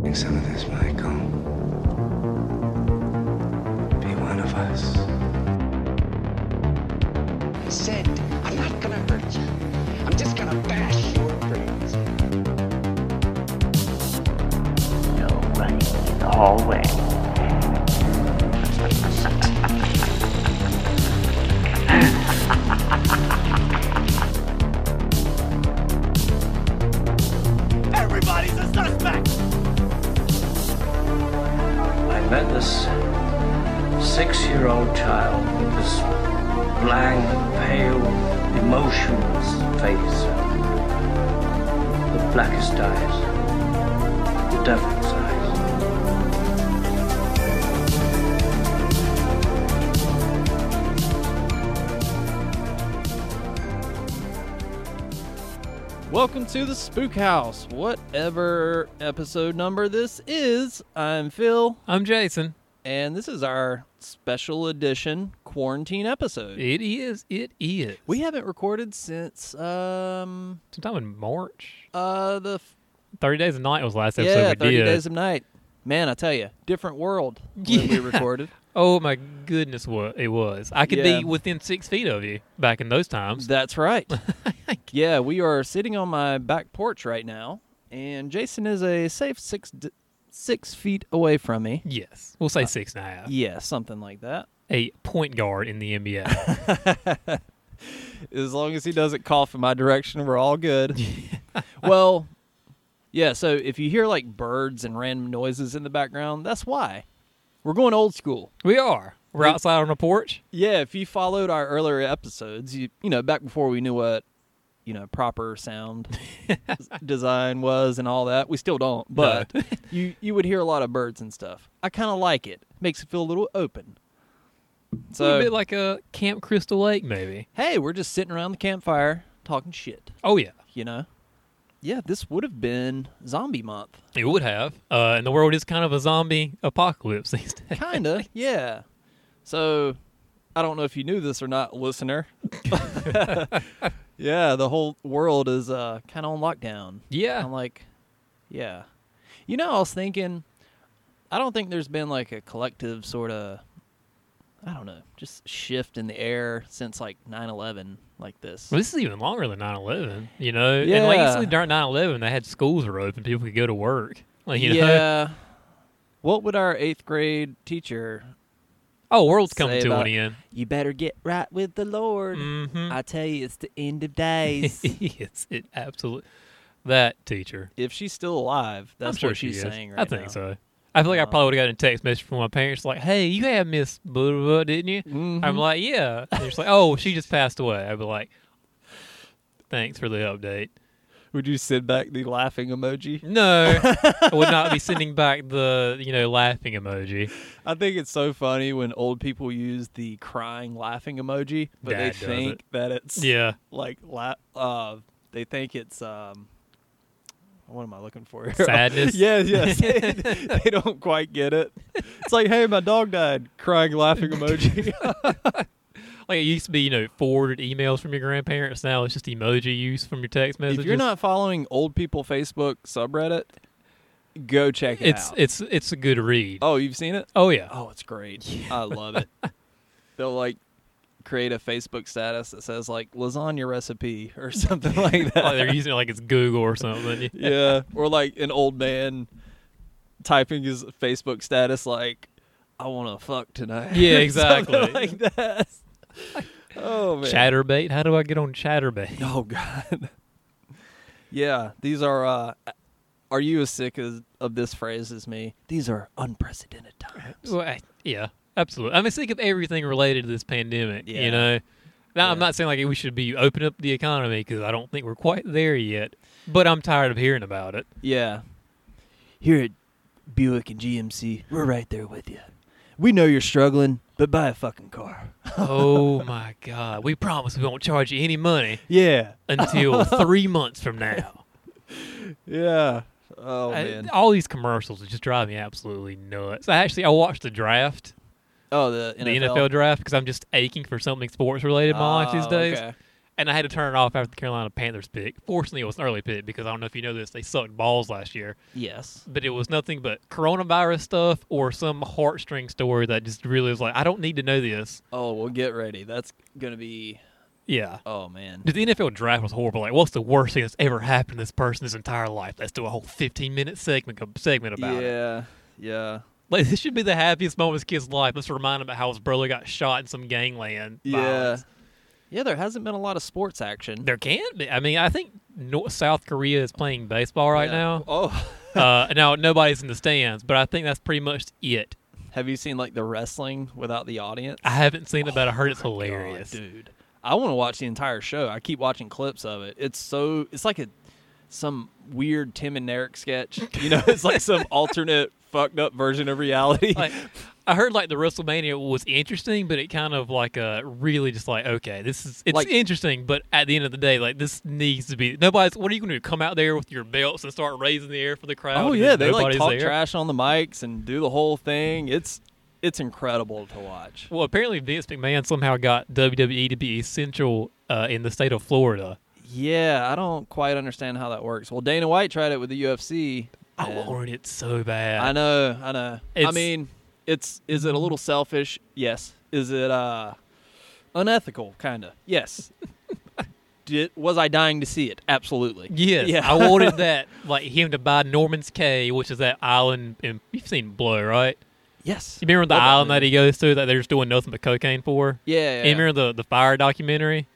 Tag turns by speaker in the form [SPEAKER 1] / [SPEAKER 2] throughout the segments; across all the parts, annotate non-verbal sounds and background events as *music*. [SPEAKER 1] Drink some of this, Michael. Be one of us.
[SPEAKER 2] I said, I'm not gonna hurt you. I'm just gonna bash your brains.
[SPEAKER 3] No running in the hallway.
[SPEAKER 4] Everybody's a suspect!
[SPEAKER 5] I met this six year old child with this blank, pale, emotionless face, the blackest eyes, the devil's eyes.
[SPEAKER 6] Welcome to the Spook House, whatever episode number this is. I'm Phil,
[SPEAKER 7] I'm Jason.
[SPEAKER 6] and this is our special edition quarantine episode.
[SPEAKER 7] It is. It is.
[SPEAKER 6] We haven't recorded since um
[SPEAKER 7] sometime in March.
[SPEAKER 6] uh the f-
[SPEAKER 7] Thirty days a night was the last episode
[SPEAKER 6] yeah
[SPEAKER 7] we
[SPEAKER 6] 30
[SPEAKER 7] did.
[SPEAKER 6] days of night. Man, I tell you, different world when we
[SPEAKER 7] *laughs* Yeah.
[SPEAKER 6] recorded.
[SPEAKER 7] oh my goodness, what it was! I could
[SPEAKER 6] Yeah.
[SPEAKER 7] be within six feet of you back in those times.
[SPEAKER 6] That's
[SPEAKER 7] *laughs*
[SPEAKER 6] right. yeah, we are sitting on my back porch right now, and Jason is a safe six d- six feet away from me.
[SPEAKER 7] yes, we'll
[SPEAKER 6] Uh,
[SPEAKER 7] say six and a half.
[SPEAKER 6] Yeah, something like that.
[SPEAKER 7] A point guard in the
[SPEAKER 6] *laughs*
[SPEAKER 7] NBA.
[SPEAKER 6] as long as he doesn't cough in my direction, we're all
[SPEAKER 7] *laughs*
[SPEAKER 6] good. *laughs* well, yeah, so if you hear like birds and random noises in the background, that's why. We're going old school.
[SPEAKER 7] we are. We're outside on a porch.
[SPEAKER 6] Yeah, if you followed our earlier episodes, you you know, back before we knew what, you know, proper
[SPEAKER 7] *laughs*
[SPEAKER 6] sound design was and all that. We still don't, but
[SPEAKER 7] *laughs*
[SPEAKER 6] you you would hear a lot of birds and stuff. I kind of like it. Makes it feel a little open.
[SPEAKER 7] a
[SPEAKER 6] So,
[SPEAKER 7] bit like a Camp Crystal Lake, maybe.
[SPEAKER 6] hey, we're just sitting around the campfire talking shit.
[SPEAKER 7] Oh yeah,
[SPEAKER 6] you know yeah this would have been zombie
[SPEAKER 7] *laughs*
[SPEAKER 6] month
[SPEAKER 7] it would have. Uh, and the world is kind of a zombie apocalypse *laughs* these days.
[SPEAKER 6] kinda yeah so i don't know if you knew this or not
[SPEAKER 7] *laughs*
[SPEAKER 6] listener yeah the whole world is uh kind of on lockdown
[SPEAKER 7] Yeah.
[SPEAKER 6] i'm like yeah you know i was thinking i don't think there's been like a collective sort of i don't know just shift in the air since like 9-11 like this
[SPEAKER 7] Well, this is even longer than 9/11, you know. And like
[SPEAKER 6] Yeah.
[SPEAKER 7] usually during 9/11, they had schools were open, people could go to work. Like you know,
[SPEAKER 6] yeah what would our eighth grade teacher
[SPEAKER 7] oh, world's coming
[SPEAKER 6] say
[SPEAKER 7] to
[SPEAKER 6] about-
[SPEAKER 7] an
[SPEAKER 6] *laughs*
[SPEAKER 7] end.
[SPEAKER 6] You better get right with the Lord.
[SPEAKER 7] Mhm. *laughs*
[SPEAKER 6] I tell you, it's the end of days.
[SPEAKER 7] it's it absolutely that teacher.
[SPEAKER 6] *laughs* if she's still alive, that's
[SPEAKER 7] I'm sure
[SPEAKER 6] what
[SPEAKER 7] she
[SPEAKER 6] she's
[SPEAKER 7] is.
[SPEAKER 6] saying right
[SPEAKER 7] I think
[SPEAKER 6] now. Uh-huh.
[SPEAKER 7] so. I feel like I probably would have gotten a text message from my parents like, "Hey, you had Miss blah, blah, blah, didn't you?"
[SPEAKER 6] Mm-hmm.
[SPEAKER 7] I'm like, "Yeah." They're just like, "Oh, she just passed away." I'd be like, "Thanks for the update."
[SPEAKER 6] Would you send back the laughing emoji?
[SPEAKER 7] No, I would not
[SPEAKER 6] *laughs*
[SPEAKER 7] be sending back the you know laughing emoji.
[SPEAKER 6] I think it's so funny when old people use the crying laughing emoji, but
[SPEAKER 7] Dad does
[SPEAKER 6] they think
[SPEAKER 7] it.
[SPEAKER 6] that it's
[SPEAKER 7] Yeah.
[SPEAKER 6] like la- uh they think it's um what am I looking for? here? *laughs*
[SPEAKER 7] Sadness?
[SPEAKER 6] yeah, yes. they, they don't quite get it. It's like, hey, my dog died. Crying laughing *laughs* emoji.
[SPEAKER 7] Like it used to be, you know, forwarded emails from your grandparents. Now it's just emoji use from your text messages.
[SPEAKER 6] if you're not following old people Facebook subreddit, go check it
[SPEAKER 7] it's
[SPEAKER 6] out.
[SPEAKER 7] it's it's a good read. Oh,
[SPEAKER 6] oh, you've seen it?
[SPEAKER 7] yeah,
[SPEAKER 6] Oh, it's great. *laughs* I love it. They'll like create a Facebook status that says like lasagna recipe or *laughs* something like that.
[SPEAKER 7] like they're using it like it's Google or *laughs* something.
[SPEAKER 6] yeah, or like an old man typing his Facebook status like I want to fuck tonight.
[SPEAKER 7] Yeah,
[SPEAKER 6] or *laughs* something
[SPEAKER 7] exactly.
[SPEAKER 6] like that. *laughs* Oh man.
[SPEAKER 7] Chatterbait. How do I get on Chatterbait?
[SPEAKER 6] *laughs* Oh God. yeah, these are. Uh, are you as sick as of this phrase as me? These are unprecedented times.
[SPEAKER 7] Well, I- yeah, absolutely. I mean, think of everything related to this pandemic.
[SPEAKER 6] Yeah.
[SPEAKER 7] You know, now I'm
[SPEAKER 6] Yeah.
[SPEAKER 7] not saying like we should be open up the economy because I don't think we're quite there yet. But I'm tired of hearing
[SPEAKER 6] *laughs*
[SPEAKER 7] about it.
[SPEAKER 6] Yeah. Here at Buick and GMC, we're right there with you. We know you're struggling, but buy a fucking car.
[SPEAKER 7] oh my God! We promise we won't charge you any money
[SPEAKER 6] Yeah. *laughs*
[SPEAKER 7] until three months from now.
[SPEAKER 6] Yeah. Oh
[SPEAKER 7] I-
[SPEAKER 6] man.
[SPEAKER 7] all these commercials just drive me absolutely nuts. I actually I watched the draft,
[SPEAKER 6] oh the NFL.
[SPEAKER 7] the NFL draft, because I'm just aching for something sports related in my life these
[SPEAKER 6] Oh,
[SPEAKER 7] days.
[SPEAKER 6] okay.
[SPEAKER 7] and I had to turn it off after the Carolina Panthers pick. Fortunately, it was an early pick because I don't know if you know this, they sucked balls last year.
[SPEAKER 6] Yes.
[SPEAKER 7] But it was nothing but coronavirus stuff or some heartstring story that just really was like, I don't need to know this.
[SPEAKER 6] Oh, well, get ready. That's gonna be.
[SPEAKER 7] Yeah.
[SPEAKER 6] Oh man.
[SPEAKER 7] Dude, the NFL draft was horrible. Like, what's the worst thing that's ever happened to this person this entire life? Let's do a whole 15 minute segment segment about it.
[SPEAKER 6] yeah. Yeah.
[SPEAKER 7] Like, this should be the happiest moment of kid's life. Let's remind him about how his brother got shot in some gangland.
[SPEAKER 6] Yeah.
[SPEAKER 7] violence.
[SPEAKER 6] Yeah. There hasn't been a lot of sports action.
[SPEAKER 7] There can be. I mean, I think North, South Korea is playing baseball right
[SPEAKER 6] Yeah.
[SPEAKER 7] now.
[SPEAKER 6] Oh. *laughs*
[SPEAKER 7] uh, now, nobody's in the stands, but I think that's pretty much it.
[SPEAKER 6] Have you seen like the wrestling without the audience?
[SPEAKER 7] I haven't seen it, but I heard it's
[SPEAKER 6] Oh God,
[SPEAKER 7] hilarious.
[SPEAKER 6] dude. I want to watch the entire show. I keep watching clips of it. It's so it's like a some weird Tim and Eric sketch. You know, *laughs* it's like some alternate fucked up version of reality.
[SPEAKER 7] *laughs* like I heard like the WrestleMania was interesting, but it kind of like uh really just like okay, this is it's
[SPEAKER 6] Like-
[SPEAKER 7] interesting, but at the end of the day, like this needs to be nobody's. What are you going to do? Come out there with your belts and start raising the air for the
[SPEAKER 6] *laughs*
[SPEAKER 7] crowd?
[SPEAKER 6] oh
[SPEAKER 7] and
[SPEAKER 6] yeah,
[SPEAKER 7] then
[SPEAKER 6] they like
[SPEAKER 7] nobody's
[SPEAKER 6] talk
[SPEAKER 7] there?
[SPEAKER 6] trash on the mics and do the whole thing. It's it's incredible to watch.
[SPEAKER 7] Well, apparently Vince McMahon somehow got WWE to be essential uh, in the state of Florida.
[SPEAKER 6] Yeah, I don't quite understand how that works. Well, Dana White tried it with the UFC.
[SPEAKER 7] I
[SPEAKER 6] and-
[SPEAKER 7] wanted it so bad.
[SPEAKER 6] I know, I know. I
[SPEAKER 7] It's-
[SPEAKER 6] mean, it's is it a little selfish? Yes. Is it uh unethical kind of?
[SPEAKER 7] *laughs*
[SPEAKER 6] Yes. Did was I dying to see it? Absolutely.
[SPEAKER 7] Yes,
[SPEAKER 6] Yeah. *laughs*
[SPEAKER 7] I wanted that, like him to buy Norman's Cay, which is that island. In, you've seen Blur, right?
[SPEAKER 6] Yes.
[SPEAKER 7] You remember the
[SPEAKER 6] Love
[SPEAKER 7] island that
[SPEAKER 6] movie.
[SPEAKER 7] he goes to that they're just doing nothing but cocaine for?
[SPEAKER 6] Yeah.
[SPEAKER 7] You
[SPEAKER 6] yeah.
[SPEAKER 7] remember the, the fire documentary?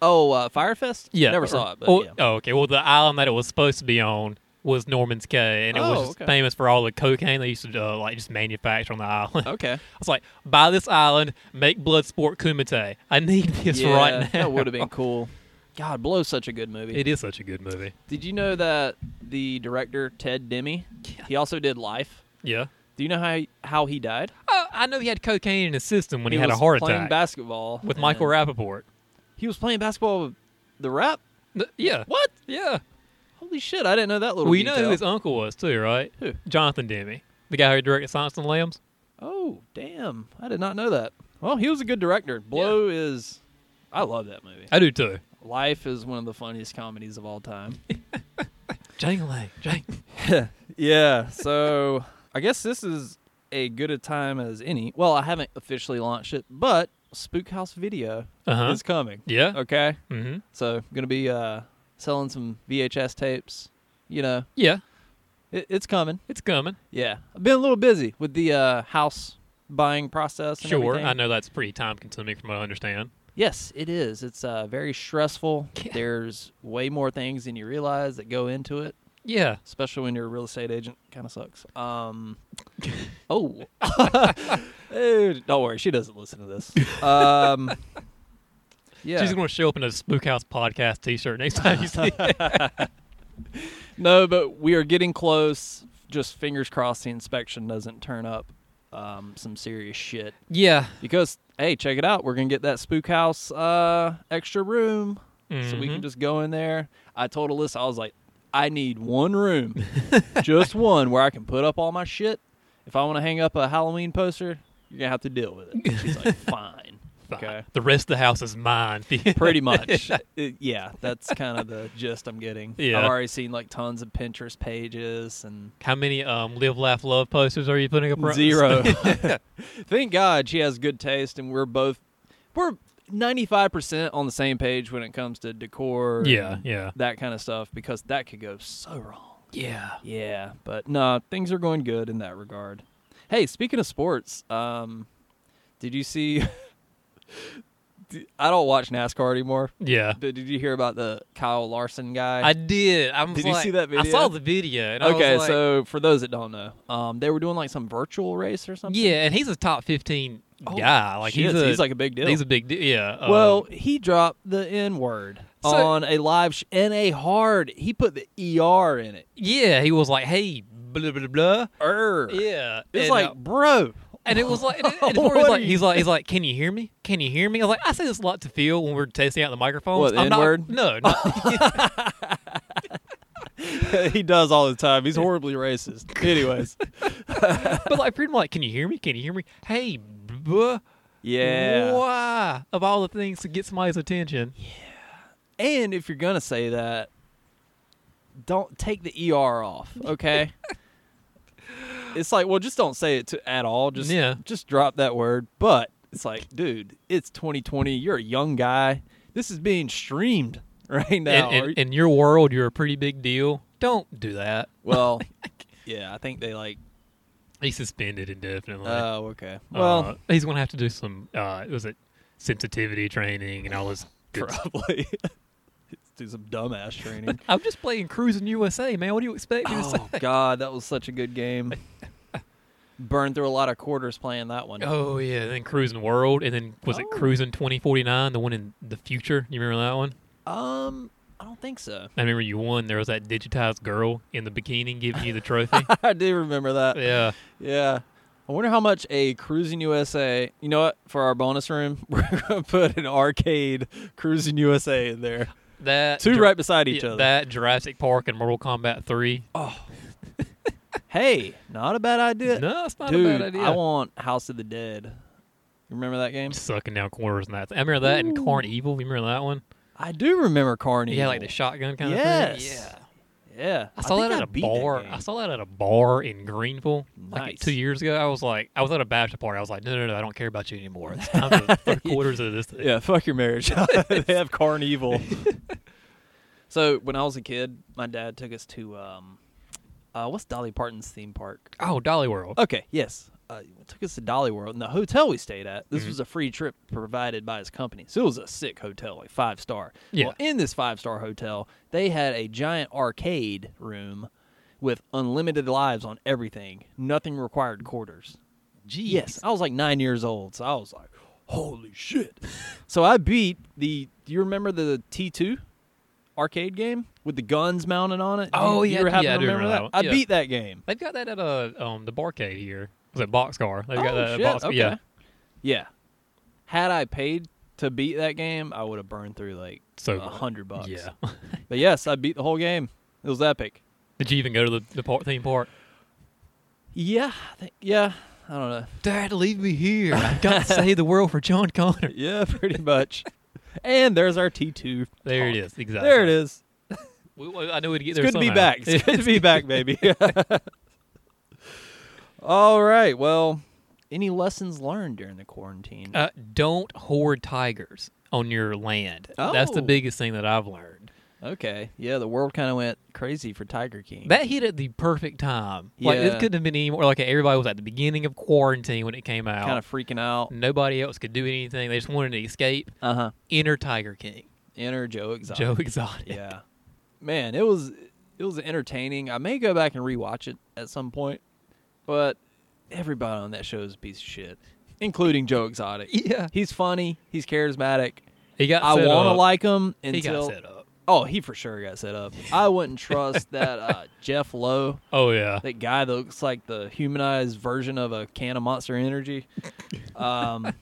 [SPEAKER 6] oh, uh, Firefest? Never
[SPEAKER 7] or-
[SPEAKER 6] saw it, but
[SPEAKER 7] oh,
[SPEAKER 6] yeah.
[SPEAKER 7] oh, okay. Well, the island that it was supposed to be on was Norman's Cay, and it was
[SPEAKER 6] Oh,
[SPEAKER 7] just
[SPEAKER 6] okay.
[SPEAKER 7] famous for all the cocaine they used to uh, like just manufacture on the island.
[SPEAKER 6] Okay.
[SPEAKER 7] *laughs* I was like, buy this island, make Bloodsport Kumite. I need this
[SPEAKER 6] yeah,
[SPEAKER 7] right now.
[SPEAKER 6] That would have
[SPEAKER 7] *laughs*
[SPEAKER 6] been cool. God, Blow's such a good movie.
[SPEAKER 7] It is such a good movie.
[SPEAKER 6] Did you know that the director Ted Demi, he also did Life?
[SPEAKER 7] Yeah.
[SPEAKER 6] Do you know how he, how he died?
[SPEAKER 7] Oh, I know he had cocaine in his system when he, had
[SPEAKER 6] was
[SPEAKER 7] a heart
[SPEAKER 6] playing
[SPEAKER 7] attack
[SPEAKER 6] basketball
[SPEAKER 7] with
[SPEAKER 6] and
[SPEAKER 7] Michael Rappaport.
[SPEAKER 6] He was playing basketball with the rap.
[SPEAKER 7] N- yeah.
[SPEAKER 6] What?
[SPEAKER 7] Yeah.
[SPEAKER 6] Holy shit! I didn't know that little.
[SPEAKER 7] We know
[SPEAKER 6] detail.
[SPEAKER 7] who his uncle was too, right?
[SPEAKER 6] Who?
[SPEAKER 7] Jonathan Demme, the guy who directed Silence of the Lambs.
[SPEAKER 6] Oh damn! I did not know that. Well, he was a good director. Blow is. I love that movie.
[SPEAKER 7] I do too.
[SPEAKER 6] Life is one of the funniest comedies of all
[SPEAKER 7] *laughs*
[SPEAKER 6] time.
[SPEAKER 7] Jang Lang,
[SPEAKER 6] *laughs*
[SPEAKER 7] Jang.
[SPEAKER 6] yeah. So I guess this is a good a time as any. Well, I haven't officially launched it, but Spook House Video
[SPEAKER 7] Uh-huh.
[SPEAKER 6] is coming.
[SPEAKER 7] Yeah.
[SPEAKER 6] Okay.
[SPEAKER 7] Mm-hmm.
[SPEAKER 6] So gonna be uh, selling some VHS tapes. You know,
[SPEAKER 7] Yeah,
[SPEAKER 6] it, it's coming.
[SPEAKER 7] it's coming.
[SPEAKER 6] Yeah, I've been a little busy with the uh, house buying process. And
[SPEAKER 7] Sure,
[SPEAKER 6] everything.
[SPEAKER 7] I know that's pretty time consuming from what I understand.
[SPEAKER 6] Yes, it is. It's uh, very stressful. There's way more things than you realize that go into it,
[SPEAKER 7] Yeah.
[SPEAKER 6] especially when you're a real estate agent. Kind of sucks. Um, oh, *laughs* Dude, don't worry, she doesn't listen to this. Um, yeah,
[SPEAKER 7] *laughs* She's going to show up in a Spook House podcast t shirt next time
[SPEAKER 6] *laughs*
[SPEAKER 7] you see it.
[SPEAKER 6] no, but we are getting close. Just fingers crossed the inspection doesn't turn up um, some serious shit.
[SPEAKER 7] Yeah.
[SPEAKER 6] because hey check it out we're gonna get that spook house uh extra room so we
[SPEAKER 7] Mhm.
[SPEAKER 6] can just go in there i told alyssa i was like i need one room *laughs* just one where i can put up all my shit if i want to hang up a halloween poster you're gonna have to deal with it she's like fine okay
[SPEAKER 7] The rest of the house is mine. *laughs*
[SPEAKER 6] pretty much It- yeah that's kind of the gist i'm getting
[SPEAKER 7] Yeah.
[SPEAKER 6] i've already seen like tons of pinterest pages and
[SPEAKER 7] How many um, Live, Laugh, Love posters are you putting up? around- *laughs*
[SPEAKER 6] Zero. *laughs* Thank God she has good taste, and we're both we're ninety five percent on the same page when it comes to decor.
[SPEAKER 7] yeah,
[SPEAKER 6] and
[SPEAKER 7] yeah.
[SPEAKER 6] that kind of stuff because that could go so wrong.
[SPEAKER 7] Yeah.
[SPEAKER 6] Yeah, but no, things are going good in that regard. Hey, speaking of sports, um, did you see? *laughs* D- I don't watch NASCAR anymore,
[SPEAKER 7] Yeah.
[SPEAKER 6] but did you hear about the Kyle Larson guy?
[SPEAKER 7] I did. I'm
[SPEAKER 6] Did you see that
[SPEAKER 7] I
[SPEAKER 6] video?
[SPEAKER 7] saw the video. And I
[SPEAKER 6] okay,
[SPEAKER 7] was like,
[SPEAKER 6] so for those that don't know, um, they were doing like some virtual race or something.
[SPEAKER 7] Yeah, and he's a top 15
[SPEAKER 6] Oh,
[SPEAKER 7] guy. Like
[SPEAKER 6] shit,
[SPEAKER 7] he's,
[SPEAKER 6] so
[SPEAKER 7] a,
[SPEAKER 6] he's like a big deal.
[SPEAKER 7] He's a big deal. Yeah. um,
[SPEAKER 6] Well, he dropped the N word
[SPEAKER 7] So-
[SPEAKER 6] on a live sh- and a hard. He put the ER in it.
[SPEAKER 7] yeah, he was like, hey, blah, blah, blah.
[SPEAKER 6] Er.
[SPEAKER 7] Yeah.
[SPEAKER 6] It's
[SPEAKER 7] and,
[SPEAKER 6] like,
[SPEAKER 7] uh,
[SPEAKER 6] bro.
[SPEAKER 7] And it was like, and,
[SPEAKER 6] *laughs*
[SPEAKER 7] and
[SPEAKER 6] What
[SPEAKER 7] Corey was
[SPEAKER 6] are
[SPEAKER 7] like,
[SPEAKER 6] you-
[SPEAKER 7] he's like, he's like, can you hear me? Can you hear me? I was like, I say this a lot to Phil when we're testing out the microphones.
[SPEAKER 6] What, the
[SPEAKER 7] I'm not-
[SPEAKER 6] N-word?
[SPEAKER 7] *laughs* No,
[SPEAKER 6] *laughs*
[SPEAKER 7] no.
[SPEAKER 6] *laughs* he does all the time. He's horribly racist. Anyways,
[SPEAKER 7] but like, pretty much like, can you hear me? Can you hear me? Hey, blah.
[SPEAKER 6] *laughs* Yeah.
[SPEAKER 7] Why, of all the things to get somebody's attention,
[SPEAKER 6] And if you're gonna say that, don't take the ER off, *laughs* okay? it's like, well, just don't say it to, at all. Just
[SPEAKER 7] Yeah.
[SPEAKER 6] just drop that word. But it's like, dude, it's 2020. You're a young guy. This is being streamed *laughs* right now.
[SPEAKER 7] in,
[SPEAKER 6] Are
[SPEAKER 7] in,
[SPEAKER 6] you-
[SPEAKER 7] in your world, you're a pretty big deal. Don't do that.
[SPEAKER 6] well, yeah, I think they like.
[SPEAKER 7] He's suspended indefinitely.
[SPEAKER 6] Oh, okay. Well,
[SPEAKER 7] Uh, he's gonna have to do some. Uh, was it sensitivity training and all this? Good stuff.
[SPEAKER 6] *laughs* probably. Do some dumbass training.
[SPEAKER 7] I'm just playing Cruising USA, man. What do you expect me to say?
[SPEAKER 6] *laughs* Oh God, that was such a good *laughs* game. Burned through a lot of quarters playing that one.
[SPEAKER 7] Oh yeah, and then Cruising World, and then was it
[SPEAKER 6] Oh.
[SPEAKER 7] Cruising 2049, the one in the future? You remember that one?
[SPEAKER 6] Um, I don't think so.
[SPEAKER 7] I remember you won. There was that digitized girl in the bikini giving you the trophy.
[SPEAKER 6] *laughs* I do remember that.
[SPEAKER 7] yeah,
[SPEAKER 6] Yeah. I wonder how much a Cruising USA. You know what? For our bonus room, *laughs* we're gonna put an arcade Cruising USA in there.
[SPEAKER 7] that
[SPEAKER 6] Two
[SPEAKER 7] Jur-
[SPEAKER 6] right beside each
[SPEAKER 7] yeah,
[SPEAKER 6] other.
[SPEAKER 7] That Jurassic Park and Mortal Kombat 3.
[SPEAKER 6] Hey, not a bad idea.
[SPEAKER 7] no, it's not
[SPEAKER 6] Dude,
[SPEAKER 7] a bad idea.
[SPEAKER 6] I want House of the Dead. You remember that game?
[SPEAKER 7] sucking down corners and that. I remember that and Carn Evil. You remember that one?
[SPEAKER 6] I do remember Carney.
[SPEAKER 7] Yeah, like the shotgun kind of thing.
[SPEAKER 6] Yes.
[SPEAKER 7] Yeah.
[SPEAKER 6] Yeah.
[SPEAKER 7] I saw
[SPEAKER 6] think
[SPEAKER 7] that
[SPEAKER 6] I
[SPEAKER 7] at a
[SPEAKER 6] beat
[SPEAKER 7] bar.
[SPEAKER 6] game.
[SPEAKER 7] I saw that at a bar in Greenville like
[SPEAKER 6] Nice.
[SPEAKER 7] two years ago. I was like, I was at a bachelor party. I was like, no, no, no, I don't care about you anymore. It's time
[SPEAKER 6] *laughs*
[SPEAKER 7] for three quarters of this thing.
[SPEAKER 6] Yeah, fuck your marriage. *laughs* they have carnival. *laughs* so when I was a kid, my dad took us to um, uh, what's Dolly Parton's theme park?
[SPEAKER 7] Oh, Dolly World.
[SPEAKER 6] Okay, yes, uh, took us to Dolly World, and the hotel we stayed at.
[SPEAKER 7] Mm-hmm.
[SPEAKER 6] This was a free trip provided by his company, so it was a sick hotel, like five star.
[SPEAKER 7] Yeah.
[SPEAKER 6] Well, in this five star hotel, they had a giant arcade room with unlimited lives on everything. Nothing required quarters.
[SPEAKER 7] Jeez.
[SPEAKER 6] Yes, I was like nine years old, so I was like, "Holy shit!" so I beat the. Do you remember the T two arcade game with the guns mounted on it? Do you-
[SPEAKER 7] Oh,
[SPEAKER 6] do you
[SPEAKER 7] yeah,
[SPEAKER 6] ever happen
[SPEAKER 7] yeah,
[SPEAKER 6] to
[SPEAKER 7] I do remember that
[SPEAKER 6] I
[SPEAKER 7] one. Yeah.
[SPEAKER 6] beat that game.
[SPEAKER 7] They've got that at uh, um, the barcade here. Was it Boxcar? They've got
[SPEAKER 6] oh
[SPEAKER 7] that at
[SPEAKER 6] shit!
[SPEAKER 7] Boxcar.
[SPEAKER 6] okay.
[SPEAKER 7] Yeah.
[SPEAKER 6] Yeah. Had I paid to beat that game, I would have burned through like
[SPEAKER 7] So
[SPEAKER 6] a hundred bucks.
[SPEAKER 7] Yeah. *laughs*
[SPEAKER 6] but yes, I beat the whole game. It was epic.
[SPEAKER 7] Did you even go to the, the par- theme park?
[SPEAKER 6] Yeah, I think, yeah. I don't know.
[SPEAKER 7] Dad, leave me here. I've got to save the world for John Connor.
[SPEAKER 6] *laughs* Yeah, pretty much. and there's our T two.
[SPEAKER 7] *laughs* There it is. Exactly.
[SPEAKER 6] There it is.
[SPEAKER 7] We- we- I know we'd
[SPEAKER 6] It's
[SPEAKER 7] get there
[SPEAKER 6] good to be
[SPEAKER 7] somehow.
[SPEAKER 6] back. It's good to be back, baby. *laughs* All right. Well, any lessons learned during the quarantine?
[SPEAKER 7] *laughs* Uh, don't hoard tigers on your land. That's the
[SPEAKER 6] Oh.
[SPEAKER 7] biggest thing that I've learned.
[SPEAKER 6] okay. Yeah, the world kind of went crazy for Tiger King.
[SPEAKER 7] That hit at the perfect time. Like
[SPEAKER 6] Yeah.
[SPEAKER 7] it couldn't have been any more. Like everybody was at the beginning of quarantine when it came out.
[SPEAKER 6] kind of freaking out.
[SPEAKER 7] Nobody else could do anything. They just wanted to escape.
[SPEAKER 6] Uh huh.
[SPEAKER 7] Enter Tiger King,
[SPEAKER 6] Enter Joe Exotic.
[SPEAKER 7] Joe Exotic.
[SPEAKER 6] Yeah. Man, it was it was entertaining. I may go back and rewatch it at some point, but everybody on that show is a piece of shit, including Joe Exotic.
[SPEAKER 7] *laughs* Yeah.
[SPEAKER 6] He's funny. He's charismatic.
[SPEAKER 7] He got.
[SPEAKER 6] I
[SPEAKER 7] set
[SPEAKER 6] want to
[SPEAKER 7] up.
[SPEAKER 6] like him
[SPEAKER 7] He
[SPEAKER 6] until
[SPEAKER 7] got set up.
[SPEAKER 6] Oh, he for sure got set up. I wouldn't
[SPEAKER 7] *laughs*
[SPEAKER 6] trust that uh, Jeff Lowe,
[SPEAKER 7] Oh yeah.
[SPEAKER 6] that guy that looks like the humanized version of a can of Monster Energy, um,